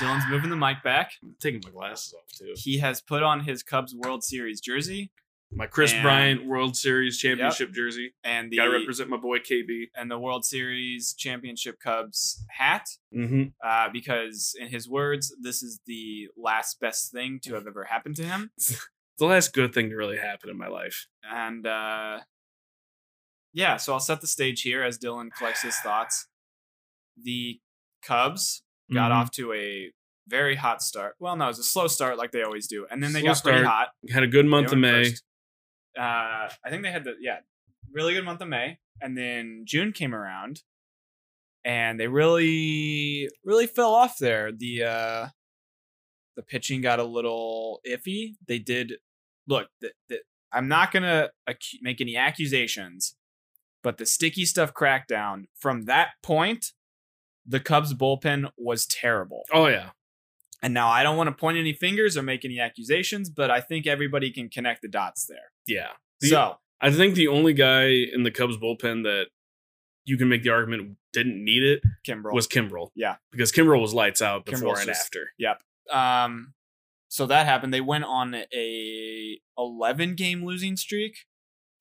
Dylan's moving the mic back. I'm taking my glasses off too. He has put on his Cubs World Series jersey My Chris And- Bryant World Series championship jersey. and Gotta the represent my boy KB. and the World Series championship Cubs hat. Mm-hmm. uh, because in his words, this is the last best thing to have ever happened to him. The last good thing to really happen in my life. And uh, yeah, so I'll set the stage here as Dylan collects his thoughts. The Cubs got Mhm. off to a very hot start. Well, no, it was a slow start like they always do, and then they Slow got pretty start. hot. Had a good They month of went May. first. Uh, I think they had the yeah, really good month of May, and then June came around, and they really really fell off there. The uh, the pitching got a little iffy. They did look. The, the, I'm not gonna ac- make any accusations, but the sticky stuff crackdown from that point, the Cubs bullpen was terrible. Oh yeah. And now I don't want to point any fingers or make any accusations, but I think everybody can connect the dots there. Yeah. The- so I think the only guy in the Cubs bullpen that you can make the argument didn't need it Kimbrel. was Kimbrel. Yeah. Because Kimbrel was lights out before Kimbrel's and just- after. um, so that happened. They went on a 11 game losing streak,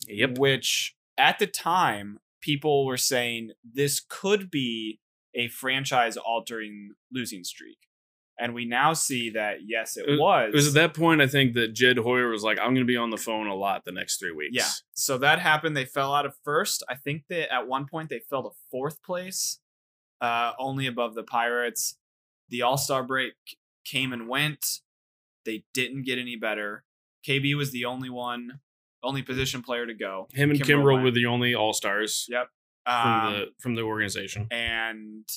Yep. which at the time people were saying this could be a franchise altering losing streak. And we now see that yes, it, It- was. It was at that point I think that Jed Hoyer was like, I'm gonna be on the phone a lot the next three weeks. Yeah. So that happened. They fell out of first. I think that at one point they fell to fourth place, uh, only above the Pirates. The All Star break came and went. They didn't get any better. KB was the only one, only position player to go. Him and Kimbrel Kimbrel, went. were the only all stars Yep. from Um, the from the organization. and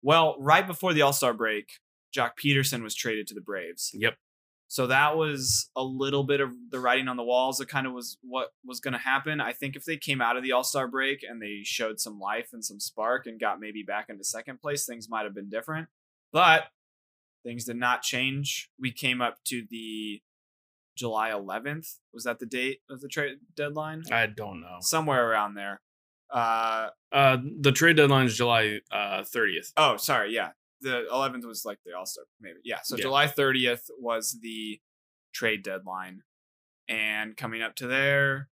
well, right before the All Star break, Jock Peterson was traded to the Braves. Yep. So that was a little bit of the writing on the walls. It kind of was what was going to happen. I think if they came out of the All Star break and they showed some life and some spark and got maybe back into second place, things might have been different. But things did not change. We came up to the July 11th. Was that the date of the trade deadline? I don't know. Somewhere around there. Uh, Uh the trade deadline is July uh thirtieth. Oh, sorry. Yeah. The 11th was like the All Star, maybe. Yeah. So Yeah. July 30th was the trade deadline. And coming up to there,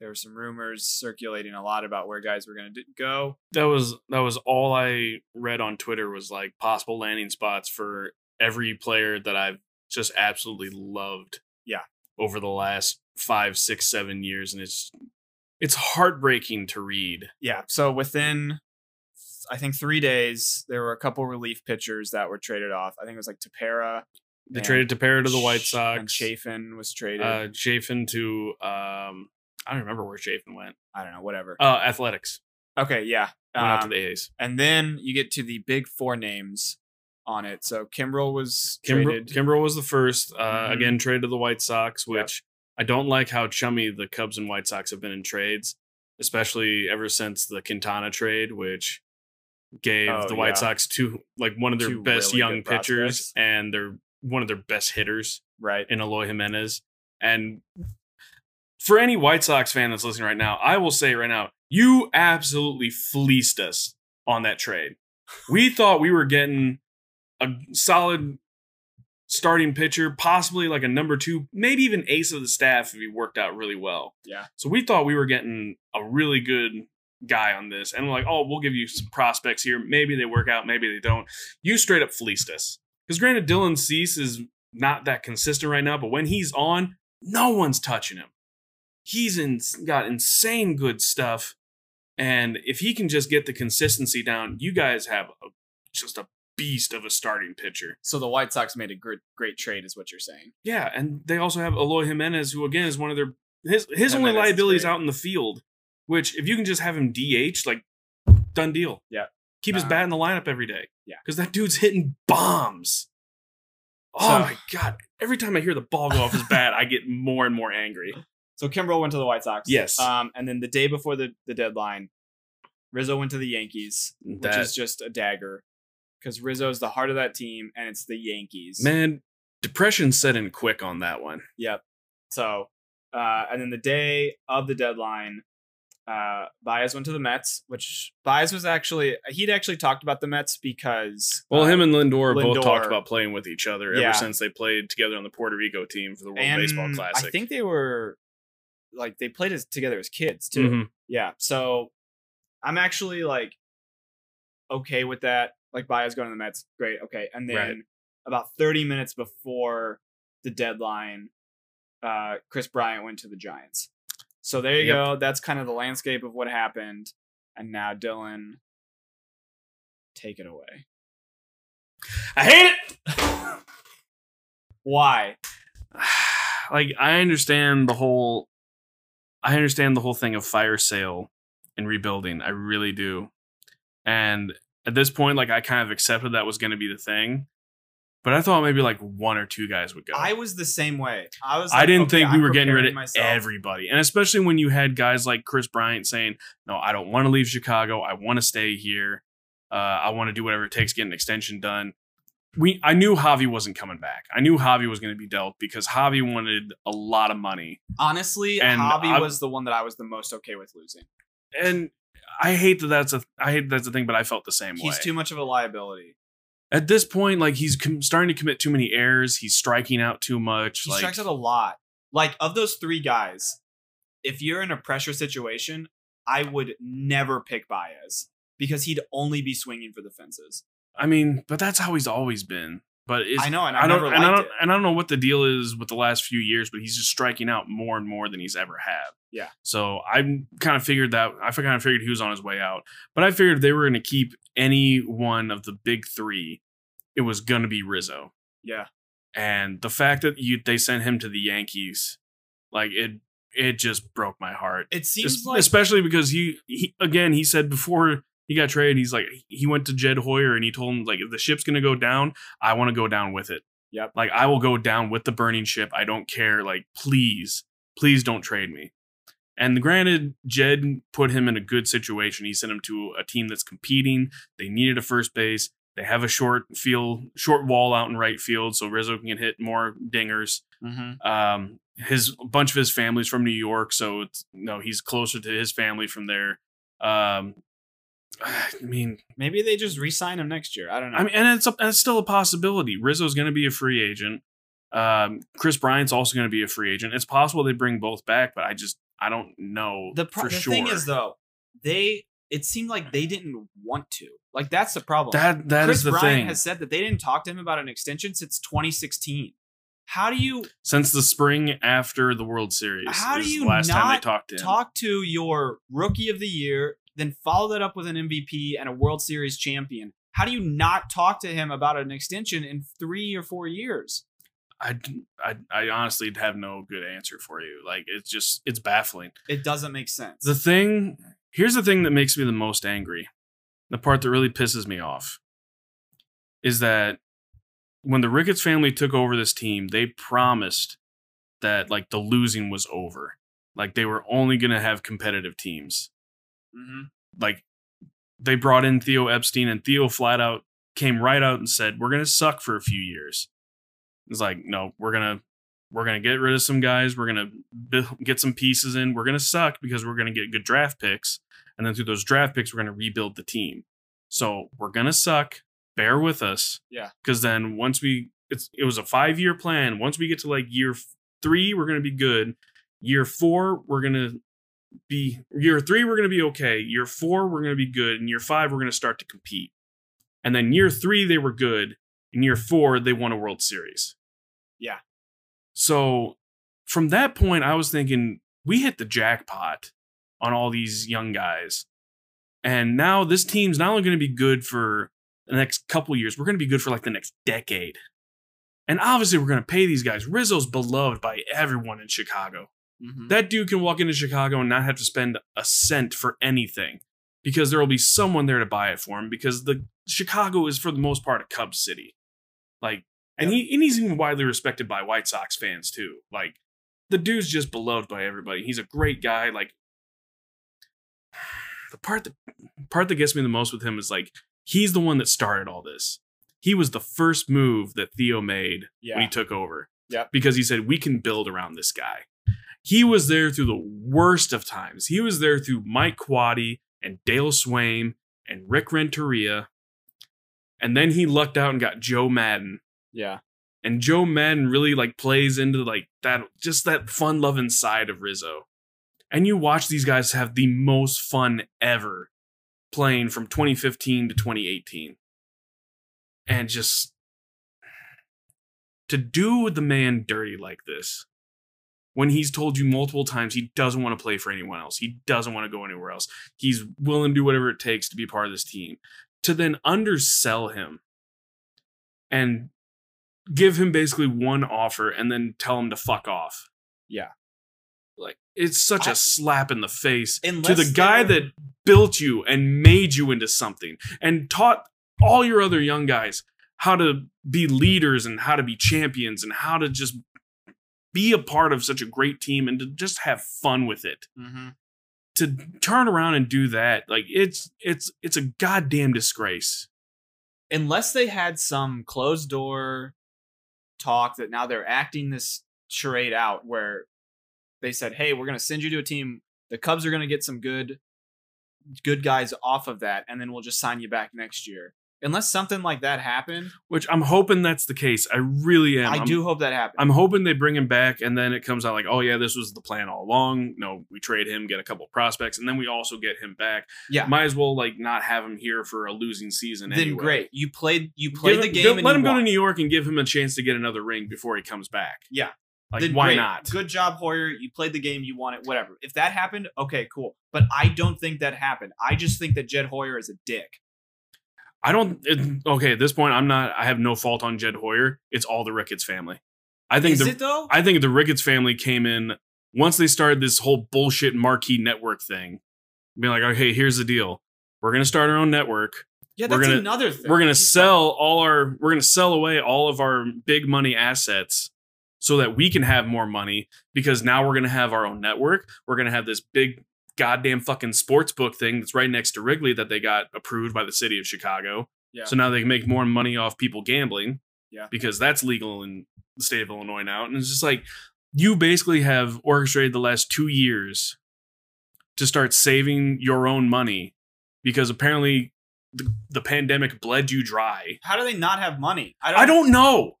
there were some rumors circulating a lot about where guys were going to go. That was that was all I read on Twitter was like possible landing spots for every player that I've just absolutely loved. Yeah. Over the last five, six, seven years. And it's it's heartbreaking to read. Yeah. So within, I think, three days, there were a couple relief pitchers that were traded off. I think it was like Tapera. They and traded Tapera to the White Sh- And Sox. Chafin was traded. uh Chafin to um I don't remember where Chafin went. I don't know, whatever. Uh athletics. okay. Yeah. Went out to Um, the A's. and then you get to the big four names on it. So Kimbrell was Kimbrel, traded. Kimbrel was the first. Uh, Mhm. Again, traded to the White Sox, Yep. which I don't like how chummy the Cubs and White Sox have been in trades, especially ever since the Quintana trade, which gave Oh, the yeah. White Sox two like one of their Two best really young good pitchers prospects. and their one of their best hitters Right. in Eloy Jimenez. And for any White Sox fan that's listening right now, I will say right now, you absolutely fleeced us on that trade. We thought we were getting a solid starting pitcher, possibly like a number two, maybe even ace of the staff if he worked out really well. Yeah. So we thought we were getting a really good guy on this. And we're like, oh, we'll give you some prospects here. Maybe they work out, maybe they don't. You straight up fleeced us. Because granted, Dylan Cease is not that consistent right now, but when he's on, no one's touching him. He's in, got insane good stuff. And if he can just get the consistency down, you guys have a, just a beast of a starting pitcher. So the White Sox made a great great trade, is what you're saying. Yeah, and they also have Eloy Jimenez, who again is one of their his his only Jimenez is liability is great. out in the field. Which if you can just have him DH, like done deal. Yeah. keep his Uh, bat in the lineup every day. yeah. because that dude's hitting bombs. Oh So- my god! Every time I hear the ball go off his bat, I get more and more angry. So Kimbrell went to the White Sox. Yes. Um, and then the day before the, the deadline, Rizzo went to the Yankees, which That- is just a dagger because Rizzo's the heart of that team, and it's the Yankees. Man, depression set in quick on that one. Yep. So, uh, and then the day of the deadline, uh, Baez went to the Mets, which Baez was actually he'd actually talked about the Mets because Well, uh, him and Lindor, Lindor. both talked about playing with each other Yeah. ever since they played together on the Puerto Rico team for the World and Baseball Classic. I think they were like they played as, together as kids too. Mhm. Yeah, so I'm actually like okay with that. Like Baez going to the Mets, great, okay. And then Right. about 30 minutes before the deadline, uh, Chris Bryant went to the Giants. So there you Yep. go. That's kind of the landscape of what happened. And now Dylan, take it away. I hate it. Why? [sighs] like I understand the whole I understand the whole thing of fire sale and rebuilding. I really do. And at this point, like I kind of accepted that was gonna be the thing. But I thought maybe like one or two guys would go. I was the same way. I was. I like, didn't okay, think we I'm were getting rid preparing of myself. everybody. And especially when you had guys like Chris Bryant saying, No, I don't want to leave Chicago. I want to stay here. Uh, I want to do whatever it takes, to get an extension done. We I knew Javi wasn't coming back. I knew Javi was going to be dealt because Javi wanted a lot of money. Honestly, And Hobby I- was the one that I was the most okay with losing. And I hate that that's a I hate that's a thing, but I felt the same way. He's too much of a liability. At this point, like he's com- starting to commit too many errors. He's striking out too much. He like, strikes out a lot. Like of those three guys, if you're in a pressure situation, I would never pick Baez because he'd only be swinging for the fences. I mean, but that's how he's always been. But it's, I know, and I, I don't, never and liked I don't, it. and I don't know what the deal is with the last few years, but he's just striking out more and more than he's ever had. Yeah. So I kind of figured that I kind of figured he was on his way out, but I figured if they were going to keep any one of the big three, it was going to be Rizzo, Yeah, and the fact that you they sent him to the Yankees, like it, it just broke my heart. it seems Es- like especially because he, he again he said before he got traded he's like he went to Jed Hoyer and he told him like if the ship's gonna go down I want to go down with it. Yep. Like I will go down with the burning ship. I don't care. Like please, please don't trade me. And granted, Jed put him in a good situation. He sent him to a team that's competing. They needed a first base. They have a short field, short wall out in right field, so Rizzo can hit more dingers Mhm. um his a bunch of his family's from new york so it's no he's closer to his family from there um i mean maybe they just re-sign him next year. I don't know. i mean and it's, a, and it's still a possibility rizzo's going to be a free agent um chris bryant's also going to be a free agent it's possible they bring both back but i just i don't know the pro- for the sure thing is though, they it seemed like they didn't want to. Like that's the problem. that that is Chris the Bryant thing has said that they didn't talk to him about an extension since 2016. How do you since the spring after the world series How do is you the last time not they talked to him talk to your rookie of the year, then follow that up with an MVP and a World Series champion? How do you not talk to him about an extension in three or four years? I, d- I i honestly have no good answer for you like it's just it's baffling It doesn't make sense. The thing here's the thing that makes me the most angry. The part that really pisses me off is that when the Ricketts family took over this team, they promised that like the losing was over. Like they were only going to have competitive teams. Mhm. Like they brought in Theo Epstein and Theo flat out came right out and said, "We're going to suck for a few years." It's like, "No, we're going to we're going to get rid of some guys. We're going to get some pieces in. We're going to suck because we're going to get good draft picks. And then through those draft picks, we're going to rebuild the team. So we're going to suck. Bear with us. Yeah. Because then once we, it's, it was a five year plan. Once we get to like year f- three, we're going to be good. Year four, we're going to be, year three, we're going to be okay. Year four, we're going to be good. And year five, we're going to start to compete. And then year three, they were good. And year four, they won a World Series. So from that point, I was thinking we hit the jackpot on all these young guys. And now this team's not only going to be good for the next couple years, we're going to be good for like the next decade. And obviously, we're going to pay these guys. Rizzo's beloved by everyone in Chicago. Mhm. That dude can walk into Chicago and not have to spend a cent for anything because there will be someone there to buy it for him because the Chicago is for the most part a Cub city. Like and he and he's even widely respected by White Sox fans too. Like the dude's just beloved by everybody. He's a great guy. Like [sighs] the part that part that gets me the most with him is like he's the one that started all this. He was the first move that Theo made yeah. when he took over. Yep. Because he said, we can build around this guy. He was there through the worst of times. He was there through Mike Quaddy and Dale Swaim and Rick Renteria. And then he lucked out and got Joe Madden. Yeah. And Joe Madden really like plays into like that just that fun loving side of Rizzo. And you watch these guys have the most fun ever playing from 2015 to 2018. And just to do the man dirty like this when he's told you multiple times he doesn't want to play for anyone else. He doesn't want to go anywhere else. He's willing to do whatever it takes to be part of this team. To then undersell him and give him basically one offer and then tell him to fuck off. Yeah. Like it's such a I- slap in the face to Unless the guy they're- that built you and made you into something and taught all your other young guys how to be leaders and how to be champions and how to just be a part of such a great team and to just have fun with it Mm-hmm. to turn around and do that like it's it's it's a goddamn disgrace Unless they had some closed door talk that now they're acting this charade out where they said, "Hey, we're going to send you to a team. The Cubs are going to get some good good guys off of that and then we'll just sign you back next year." Unless something like that happened, which i'm hoping that's the case i really am I I'm- do hope that happened. I'm hoping they bring him back, and then it comes out like, oh yeah, this was the plan all along. No, we trade him, get a couple prospects, and then we also get him back. Yeah. might as well like not have him here for a losing season. then anyway. great. You played you Give played him- the game give- and let you him go to won. New York and give him a chance to get another ring before he comes back. Yeah. like Then why great. not? Good job, Hoyer. You played the game. You won it. Whatever. If that happened, okay, cool. But I don't think that happened. I just think that Jed Hoyer is a dick. I don't. It, okay, at this point, I'm not. I have no fault on Jed Hoyer. It's all the Ricketts family. I think Is the it though? I think the Ricketts family came in once they started this whole bullshit marquee network thing. Being like, okay, here's the deal. We're gonna start our own network. yeah, we're that's gonna- another thing. we're gonna sell all our we're gonna sell away all of our big money assets so that we can have more money because now we're gonna have our own network we're gonna have this big goddamn fucking sports book thing that's right next to wrigley that they got approved by the city of chicago Yeah. so now they can make more money off people gambling Yeah. because that's legal in the state of illinois now and it's just like you basically have orchestrated the last two years to start saving your own money because apparently the, the pandemic bled you dry. How do they not have money? I don't. I don't know.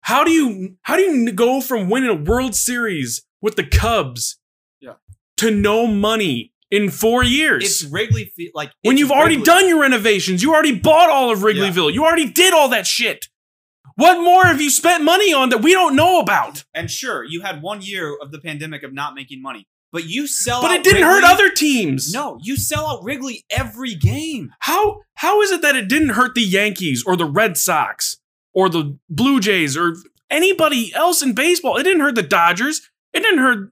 How do you how do you go from winning a World Series with the Cubs Yeah. to no money in four years? It's Wrigley Field. Like when it's you've already Wrigley- done your renovations, you already bought all of Wrigleyville, you already did all that shit. What more have you spent money on that we don't know about? And sure, you had one year of the pandemic of not making money, but you sell. But out it didn't hurt Wrigley- other teams. No, you sell out Wrigley every game. How how is it that it didn't hurt the Yankees or the Red Sox or the Blue Jays or anybody else in baseball? It didn't hurt the Dodgers. It didn't hurt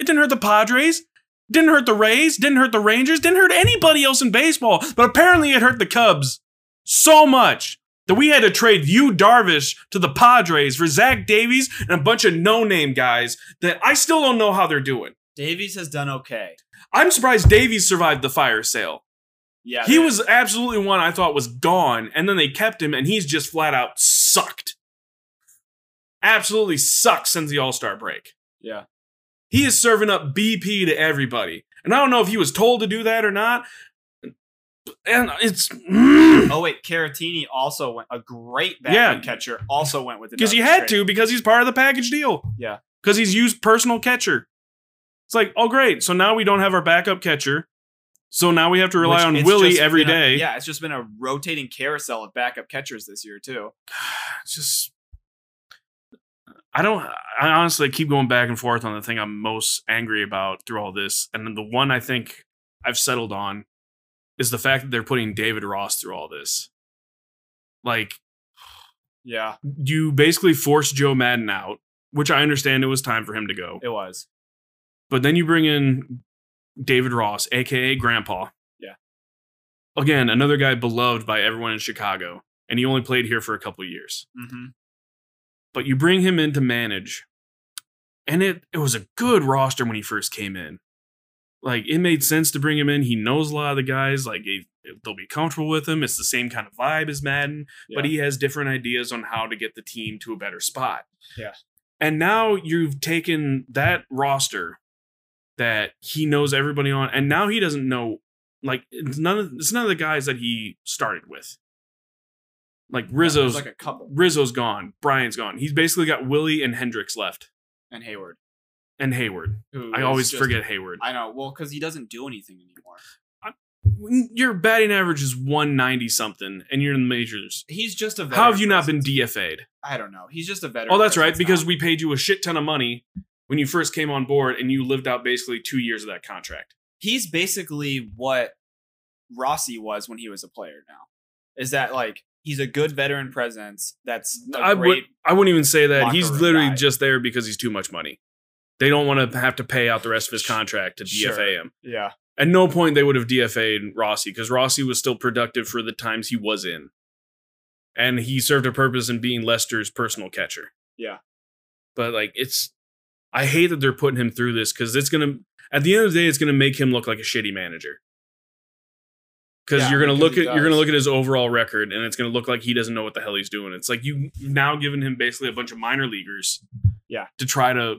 it didn't hurt the Padres. Didn't hurt the Rays, didn't hurt the Rangers, didn't hurt anybody else in baseball. But apparently it hurt the Cubs so much that we had to trade you Darvish to the Padres for Zach Davies and a bunch of no-name guys that I still don't know how they're doing. Davies has done okay. I'm surprised Davies survived the fire sale Yeah, he they- was absolutely one I thought was gone, and then they kept him, and he's just flat out sucked. Absolutely sucked since the All Star break. Yeah. He is serving up BP to everybody. And I don't know if he was told to do that or not. And it's. mm, Oh wait, Caratini also went a great Yeah. backman catcher. Also went with the Because he Dodgers had trade. to, because he's part of the package deal. Yeah. Because he's used personal catcher. It's like, oh, great. So now we don't have our backup catcher. So now we have to rely Which on it's Willie just every been a- day. yeah, it's just been a rotating carousel of backup catchers this year too. it's just I don't I honestly keep going back and forth on the thing I'm most angry about through all this. And then the one I think I've settled on is the fact that they're putting David Ross through all this. Like Yeah, you basically forced Joe Madden out, which I understand it was time for him to go. it was. But then you bring in David Ross, aka Grandpa. Yeah. Again, another guy beloved by everyone in Chicago, and he only played here for a couple years. Mm-hmm. but you bring him in to manage. And it it was a good roster when he first came in. Like it made sense to bring him in. He knows a lot of the guys. Like he- they'll be comfortable with him. It's the same kind of vibe as Madden, but Yeah. he has different ideas on how to get the team to a better spot. Yeah. And now you've taken that roster that he knows everybody on, and now he doesn't know like it's none of it's none of the guys that he started with. Like Rizzo's There's like a couple Rizzo's gone, Brian's gone. He's basically got Willie and Hendricks left, and Hayward. and Hayward. Who I is always just- forget Hayward. I know. Well, because he doesn't do anything anymore. Your batting average is 190 something, and you're in the majors. He's just a. Veteran How have you not been presence. DFA'd? I don't know. He's just a veteran. Oh, that's right, presence because now. we paid you a shit ton of money when you first came on board, and you lived out basically two years of that contract. he's basically what Rossi was when he was a player. Now, is that like he's a good veteran presence? That's a I great. would, I wouldn't even say that. locker He's room literally guy. just there because he's too much money. They don't want to have to pay out the rest of his contract to DFA Sure. him. yeah, At no point they would have DFA'd Rossi because Rossi was still productive for the times he was in, and he served a purpose in being Lester's personal catcher. Yeah. but like it's, I hate that they're putting him through this because it's gonna. At the end of the day, it's gonna make him look like a shitty manager. Because Yeah, you're gonna because look at he you're gonna does. look at his overall record, and it's gonna look like he doesn't know what the hell he's doing. It's like you you've now given him basically a bunch of minor leaguers, Yeah. to try to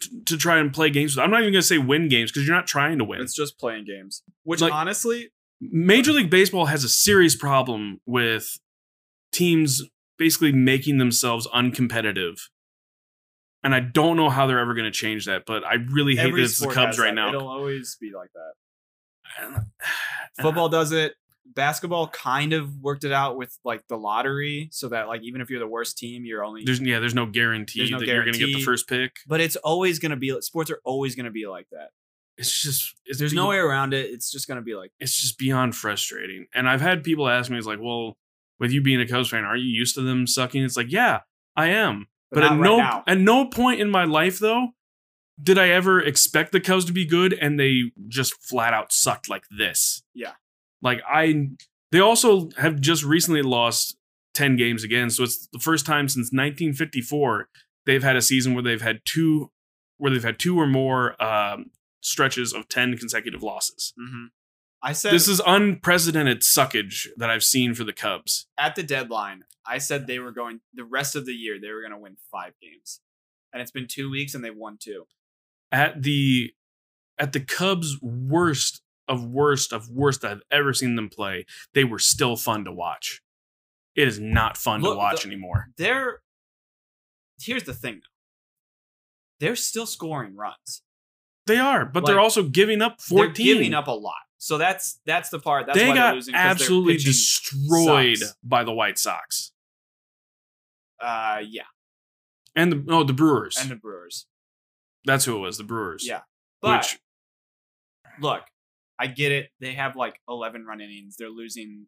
to- to try and play games. with. I'm not even gonna say win games because you're not trying to win. it's just playing games. Which Like- honestly, Major League Baseball has a serious problem with teams basically making themselves uncompetitive. And I don't know how they're ever going to change that, but I really hate that every it's the sport Cubs has right that. now. It'll always be like that. [sighs] And- Football does it. Basketball kind of worked it out with like the lottery, so that like even if you're the worst team, you're only. There's yeah, there's no guarantee There's no that you're going to get the guarantee. first pick. but it's always gonna be. Sports are always gonna be like that. It's just it's There's be- no way around it. It's just gonna be like. It's just beyond frustrating. And I've had people ask me, "It's like, well, with you being a Cubs fan, are you used to them sucking?" It's like, yeah, I am. But, not at right no now. at no point in my life though did I ever expect the Cubs to be good and they just flat out sucked like this. Yeah. Like I they also have just recently lost 10 games again, so it's the first time since 1954 they've had a season where they've had two where they've had two or more um, stretches of 10 consecutive losses. mhm. I said This is unprecedented suckage that I've seen for the Cubs. at the deadline, I said they were going the rest of the year they were going to win five games, and it's been two weeks and they've won two. at the at the Cubs worst of worst of worst I've ever seen them play, they were still fun to watch. It is not fun Look, to watch the- anymore. They're here's the thing though, they're still scoring runs. They are, but they're like, also giving up 14. They're giving up a lot, so that's that's the part. That's they why they're got losing 'cause their absolutely pitching- destroyed sucks. by the White Sox Uh, yeah, and the oh the Brewers. and the Brewers. That's who it was, the Brewers. Yeah, But which look, I get it. They have like eleven run innings. They're losing.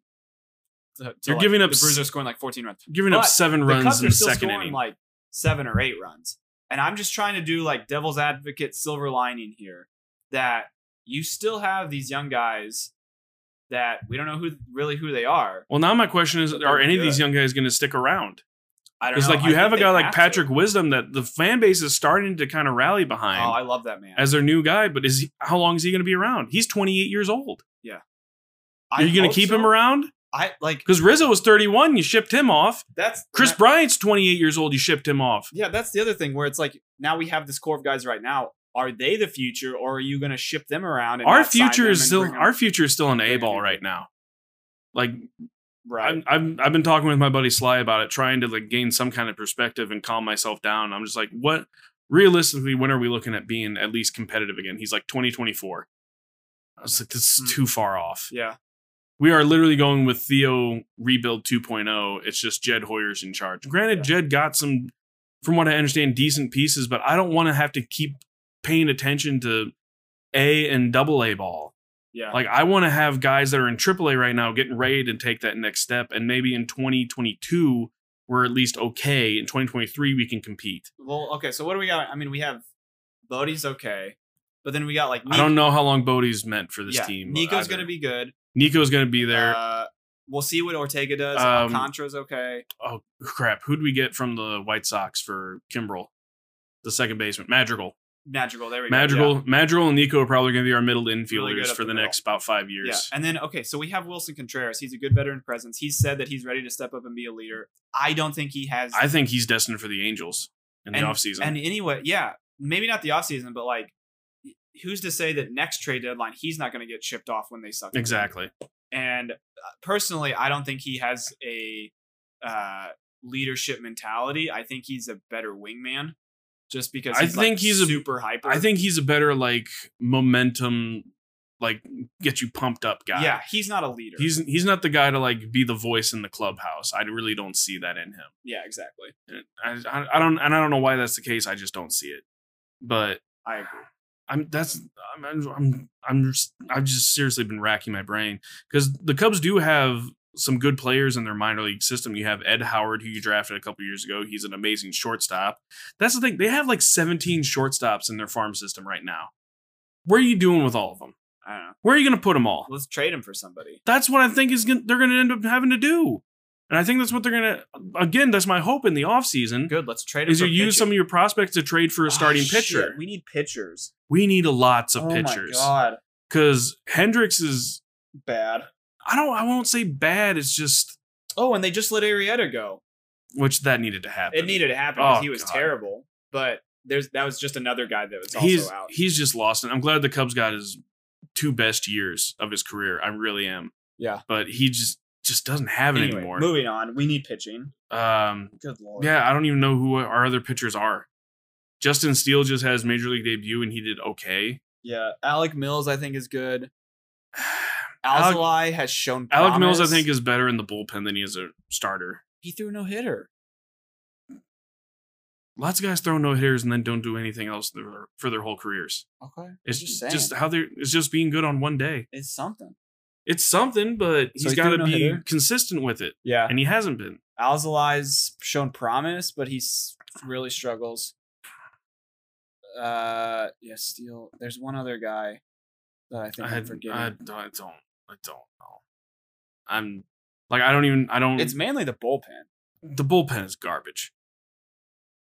To, to, You're like, giving up The s- Brewers are scoring like fourteen runs. giving up but seven the runs Cubs in are the still second scoring inning. like seven or eight runs. And I'm just trying to do like devil's advocate silver lining here that you still have these young guys that we don't know who really who they are. well, now my question is: But Are they're any of these good. young guys going to stick around? I don't Because know. like I you have a think guy they like have to. Patrick Wisdom that the fan base is starting to kind of rally Oh, behind I love that man. as their new guy, but is he, how long is he going to be around? He's 28 years old. Are I you going hope to keep so. him around? I like Because Rizzo was 31, you shipped him off. that's Chris that- Bryant's 28 years old, you shipped him off. yeah, that's the other thing where it's like now we have this core of guys right now. Are they the future, or are you going to ship them around? And Our not sign future them is and still bring them- our future is still an bring A him ball in. right now. Like right. I'm, I'm, I've been talking with my buddy Sly about it, trying to like gain some kind of perspective and calm myself down. I'm just like, what realistically, when are we looking at being at least competitive again? He's like 2024. I was like, this is Hmm. too far off. yeah, we are literally going with Theo Rebuild 2.0. It's just Jed Hoyer's in charge. Granted, Yeah. Jed got some, from what I understand, decent pieces, but I don't want to have to keep paying attention to A and double A ball. yeah. Like, I want to have guys that are in AAA right now getting ready to take that next step. And maybe in 2022, we're at least okay. In 2023, we can compete. Well, okay. So what do we got? I mean, we have Bodie's okay, but then we got like I don't know how long Bodie's meant for this yeah, team. Nico's gonna be good. Nico's going to be there. Uh, we'll see what Ortega does. Um, Alcantara's okay. oh crap, who'd we get from the White Sox for Kimbrel? The second baseman, Madrigal. Madrigal. There we go. Madrigal, Yeah. Madrigal, and Nico are probably going to be our middle Really infielders good up for the the middle. next about five years. Yeah. And then okay, so we have Wilson Contreras. He's a good veteran presence. He's said that he's ready to step up and be a leader. I don't think he has. I think he's destined for the Angels. in the and, offseason. And anyway, yeah, maybe not the offseason, but like, who's to say that next trade deadline he's not going to get shipped off when they suck? exactly. And uh, personally, I don't think he has a uh, leadership mentality. I think he's a better wingman, just because I he's, like, think he's a- super hyper. I think he's a better like momentum, like get you pumped up guy. yeah, he's not a leader. He's he's not the guy to like be the voice in the clubhouse. I really don't see that in him. yeah, exactly. And I, I, I don't and I don't know why that's the case. I just don't see it. But I agree. I'm that's I'm I'm I'm, I'm just, I've just seriously been racking my brain because the Cubs do have some good players in their minor league system. You have Ed Howard, who you drafted a couple years ago. He's an amazing shortstop. That's the thing; they have like 17 shortstops in their farm system right now. Where are you doing with all of them? I don't know. Where are you going to put them all? Let's trade him for somebody. That's what I think is gonna, they're going to end up having to do, and I think that's what they're going to. Again, that's my hope in the offseason Good. Let's trade him. Hmm? is for you use pitcher. some of your prospects to trade for Oh, a starting shit, pitcher. We need pitchers. We need a lots of oh pitchers my god, because Hendricks is bad. I don't I won't say bad. It's just Oh, and they just let Arietta go. which that needed to happen. It needed to happen because Oh, he was God. terrible. But there's that was just another guy that was also he's out. he's just lost, and I'm glad the Cubs got his two best years of his career. I really am. Yeah. but he just just doesn't have it Anyway, anymore. moving on. We need pitching. Um, Good lord. yeah, I don't even know who our other pitchers are. Justin Steele just had his major league debut, and he did okay. [sighs] Yeah. Alec Mills, I think, is good. Alec- Alzali has shown. Alec promise. Mills, I think, is better in the bullpen than he is a starter. he threw no hitter. Lots of guys throw no hitters and then don't do anything else for their, for their whole careers. Okay. It's just just, saying. how they're it's just being good on one day. It's something. It's something, but So he's he got threw to no be hitter? consistent with it, Yeah. and he hasn't been. Alzali's shown promise, but he's really struggles. Uh, yeah, Steele. There's one other guy that I think I, I am had, I, forgetting. don't, I don't I don't know. I'm like I don't even I don't. it's mainly the bullpen. the bullpen is garbage,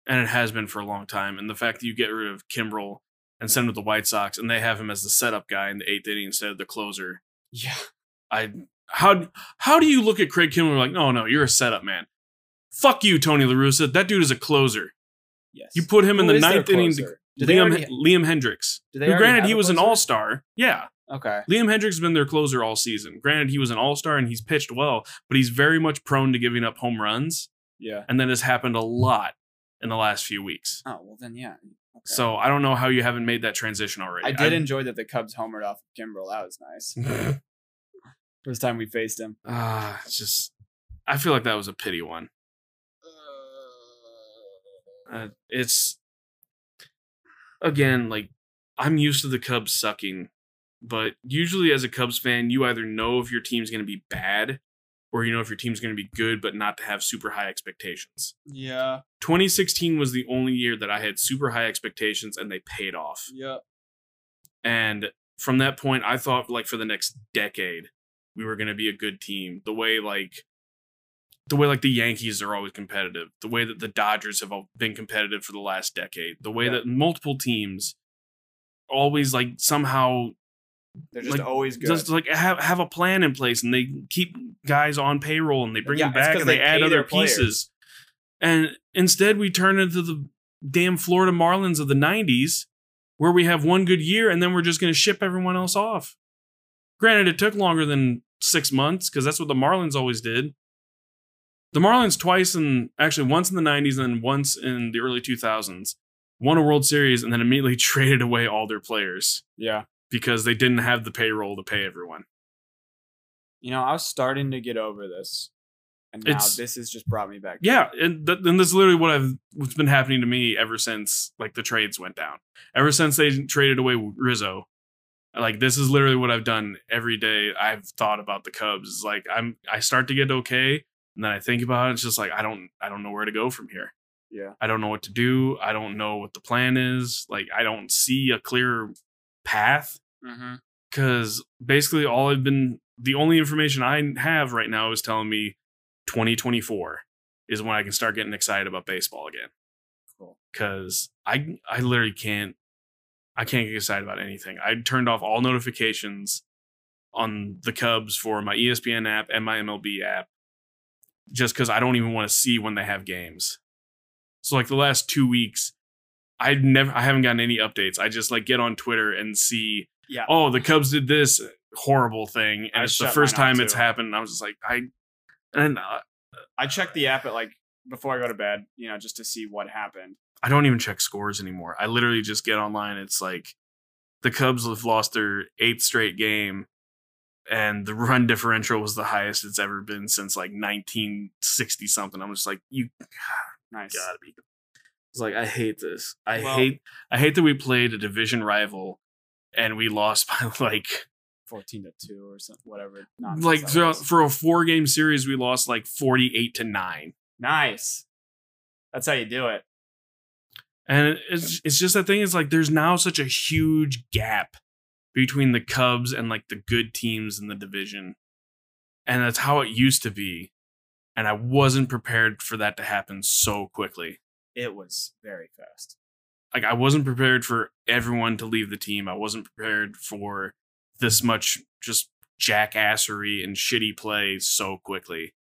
and it has been for a long time. And the fact that you get rid of Kimbrel and send him to the White Sox, and they have him as the setup guy in the eighth inning instead of the closer. Yeah. I how how do you look at Craig Kimbrel like, no, no, you're a setup man. Fuck you, Tony La Russa. That dude is a closer. Yes. You put him in Who the is their ninth inning. to- closer? Do they Liam, already- Liam Hendricks. do they Who, already granted, have he a was an closer? all star. Yeah. Okay. Liam Hendricks has been their closer all season. Granted, he was an all star and he's pitched well, but he's very much prone to giving up home runs. Yeah. And that has happened a lot in the last few weeks. Oh well, then yeah. Okay. So I don't know how you haven't made that transition already. I did enjoy that the Cubs homered off of Kimbrel. That was nice. Mm. First time we faced him. [laughs] Ah, it's just, I feel like that was a pity one. Uh, it's again like I'm used to the Cubs sucking, but usually as a Cubs fan, you either know if your team's going to be bad or you know if your team's going to be good but not to have super high expectations. Yeah. 2016 was the only year that I had super high expectations and they paid off. Yeah. And from that point, I thought like for the next decade, we were going to be a good team. The way like the way like the Yankees are always competitive, the way that the Dodgers have all been competitive for the last decade, the way Yeah. that multiple teams always like somehow They're just Like, always good. just like have have a plan in place and they keep guys on payroll and they bring Yeah, them it's back 'cause and they, they add pay their other pieces. And instead we turn into the damn Florida Marlins of the 90s where we have one good year and then we're just going to ship everyone else off. Granted it took longer than 6 months cuz that's what the Marlins always did. The Marlins twice and actually once in the 90s and then once in the early 2000s won a World Series and then immediately [laughs] traded away all their players yeah. because they didn't have the payroll to pay everyone. You know, I was starting to get over this, and now It's- this has just brought me back. Yeah, and, th- and that's literally what I've what's been happening to me ever since like the trades went down. Ever since they traded away Rizzo, like this is literally what I've done every day. I've thought about the Cubs. It's like I'm I start to get okay, and then I think about it. It's just like I don't I don't know where to go from here. Yeah. I don't know what to do. I don't know what the plan is. Like I don't see a clear path Mm-hmm. because basically all I've been the only information I have right now is telling me 2024 is when I can start getting excited about baseball again. Cool. Because I I literally can't I can't get excited about anything. I turned off all notifications on the Cubs for my E ESPN app and my MLB app just because I don't even want to see when they have games. So like the last two weeks, I never I haven't gotten any updates. I just like get on Twitter and see, Yeah. oh, the Cubs did this horrible thing, and I it's the shut first mine off, time it's too. happened. And I was just like, I and uh, I check the app at like before I go to bed, you know, just to see what happened. I don't even check scores anymore. I literally just get online. It's like the Cubs have lost their eighth straight game, and the run differential was the highest it's ever been since like 1960 something. I'm just like, you Nice. gotta be. It's like I hate this. I Well- hate. I hate that we played a division rival, and we lost [laughs] by like Fourteen to two or something, whatever. nonsense like that throughout, was. for a four game series we lost like 48 to nine. nice. That's how you do it. And it's it's just that thing is like there's now such a huge gap between the Cubs and like the good teams in the division. And that's how it used to be. And I wasn't prepared for that to happen so quickly. It was very fast. Like I wasn't prepared for everyone to leave the team. I wasn't prepared for this much just jackassery and shitty play so quickly.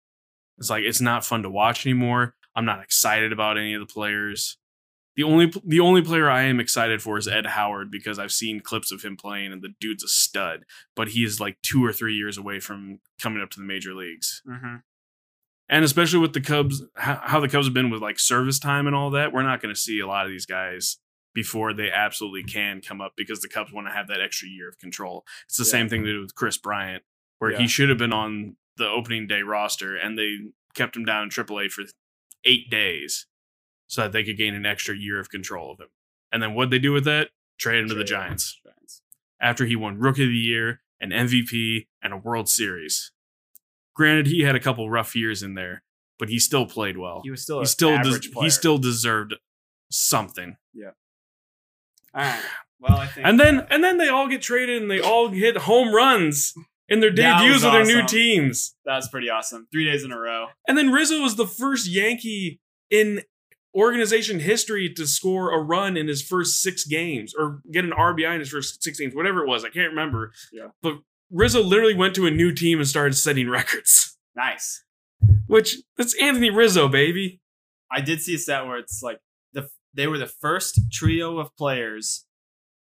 It's like it's not fun to watch anymore. I'm not excited about any of the players. The only the only player I am excited for is Ed Howard because I've seen clips of him playing and the dude's a stud, but he is like 2 or 3 years away from coming up to the major leagues. Mm-hmm. And especially with the Cubs how, how the Cubs have been with like service time and all that, we're not going to see a lot of these guys before they absolutely can come up because the Cubs want to have that extra year of control. It's the Yeah. same thing they did with Chris Bryant where Yeah. he should have been on the opening day roster and they kept him down in AAA for eight days so that they could gain an extra year of control of him. And then what'd they do with that? Trade him to the Giants Giants. after he won Rookie of the Year, an MVP, and a World Series. Granted, he had a couple rough years in there, but he still played well. He was still a He Oh, still, des- average player. he still deserved something. All right. Well, I think. And then and then they all get traded and they all hit home runs in their That debuts was with their new awesome. teams. that was pretty awesome. Three days in a row. And then Rizzo was the first Yankee in organization history to score a run in his first six games or get an RBI in his first six games, whatever it was. I can't remember. Yeah. But Rizzo literally went to a new team and started setting records, [laughs] Nice. which that's Anthony Rizzo, baby. I did see a stat where it's like the they were the first trio of players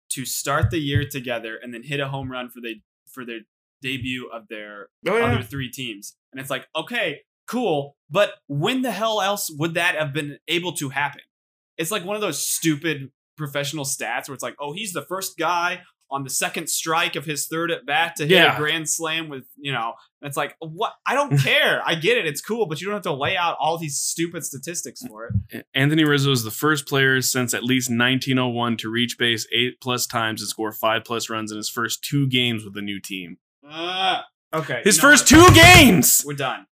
to start the year together and then hit a home run for they for their debut of their Oh, other three teams. And it's like, okay, cool, but when the hell else would that have been able to happen? It's like one of those stupid professional stats where it's like, oh, he's the first guy on the second strike of his third at bat to hit Yeah. a grand slam with, you know, and it's like, what? [laughs] I don't care. I get it. It's cool, but you don't have to lay out all these stupid statistics for it. Anthony Rizzo is the first player since at least 1901 to reach base eight plus times and score five plus runs in his first two games with the new team. Uh, okay. His you know first what? two games! We're done.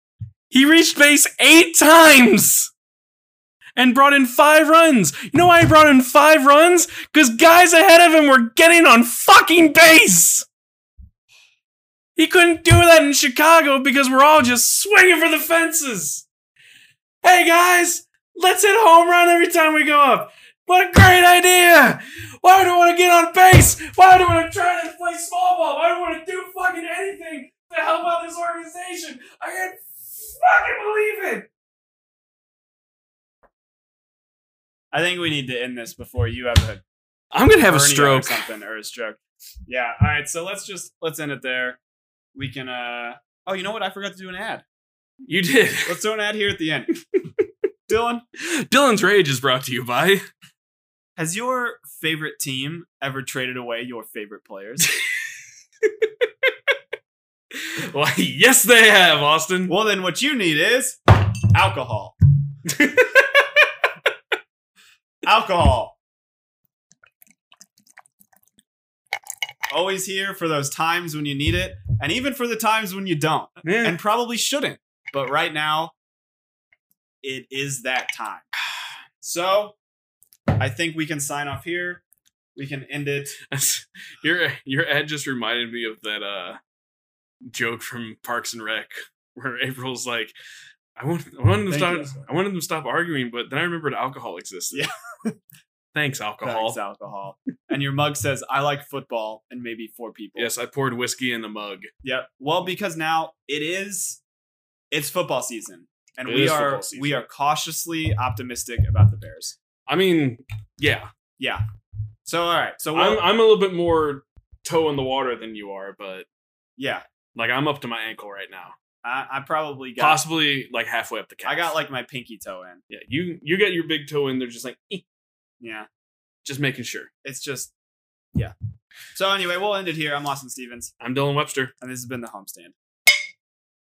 He reached base eight times and brought in five runs. You know why he brought in five runs? Because guys ahead of him were getting on fucking base. He couldn't do that in Chicago because we're all just swinging for the fences. Hey guys, let's hit a home run every time we go up. What a great idea! Why do I want to get on base? Why do I want to try to play small ball? Why do I want to do fucking anything to help out this organization? I can't fucking believe it! I think we need to end this before you have a I'm gonna have a hernia stroke. or something or a stroke. Yeah. All right. So let's just let's end it there. We can. uh Oh, you know what? I forgot to do an ad. You did. [laughs] Let's do an ad here at the end. [laughs] Dylan, Dylan's Rage is brought to you by. has your favorite team ever traded away your favorite [laughs] players? Why, yes, they have, Austin. well, then what you need is alcohol. [laughs] alcohol. Always here for those times when you need it, and even for the times when you don't. Yeah. and probably shouldn't. But right now, it is that time. So I think we can sign off here. We can end it. your your ad just reminded me of that uh joke from Parks and Rec where April's like, I want I wanted them to Thank stop you. I wanted them to stop arguing, but then I remembered alcohol existed. [laughs] Thanks, alcohol. Thanks, alcohol. And your mug says, I like football and maybe four people. Yes, I poured whiskey in a mug. Yep. Well, because now it is it's football season. and It we is are football season. we are cautiously optimistic about the Bears. I mean, yeah, Yeah. So all right. So I'm we'll, I'm a little bit more toe in the water than you are, but yeah, like I'm up to my ankle right now, I, I probably got possibly like halfway up the calf. I got like my pinky toe in. yeah, you you got your big toe in there, just like "Eh," Yeah. just making sure. It's just yeah. So anyway, we'll end it here. I'm Lawson Stevens, I'm Dylan Webster. and this has been the Homestand.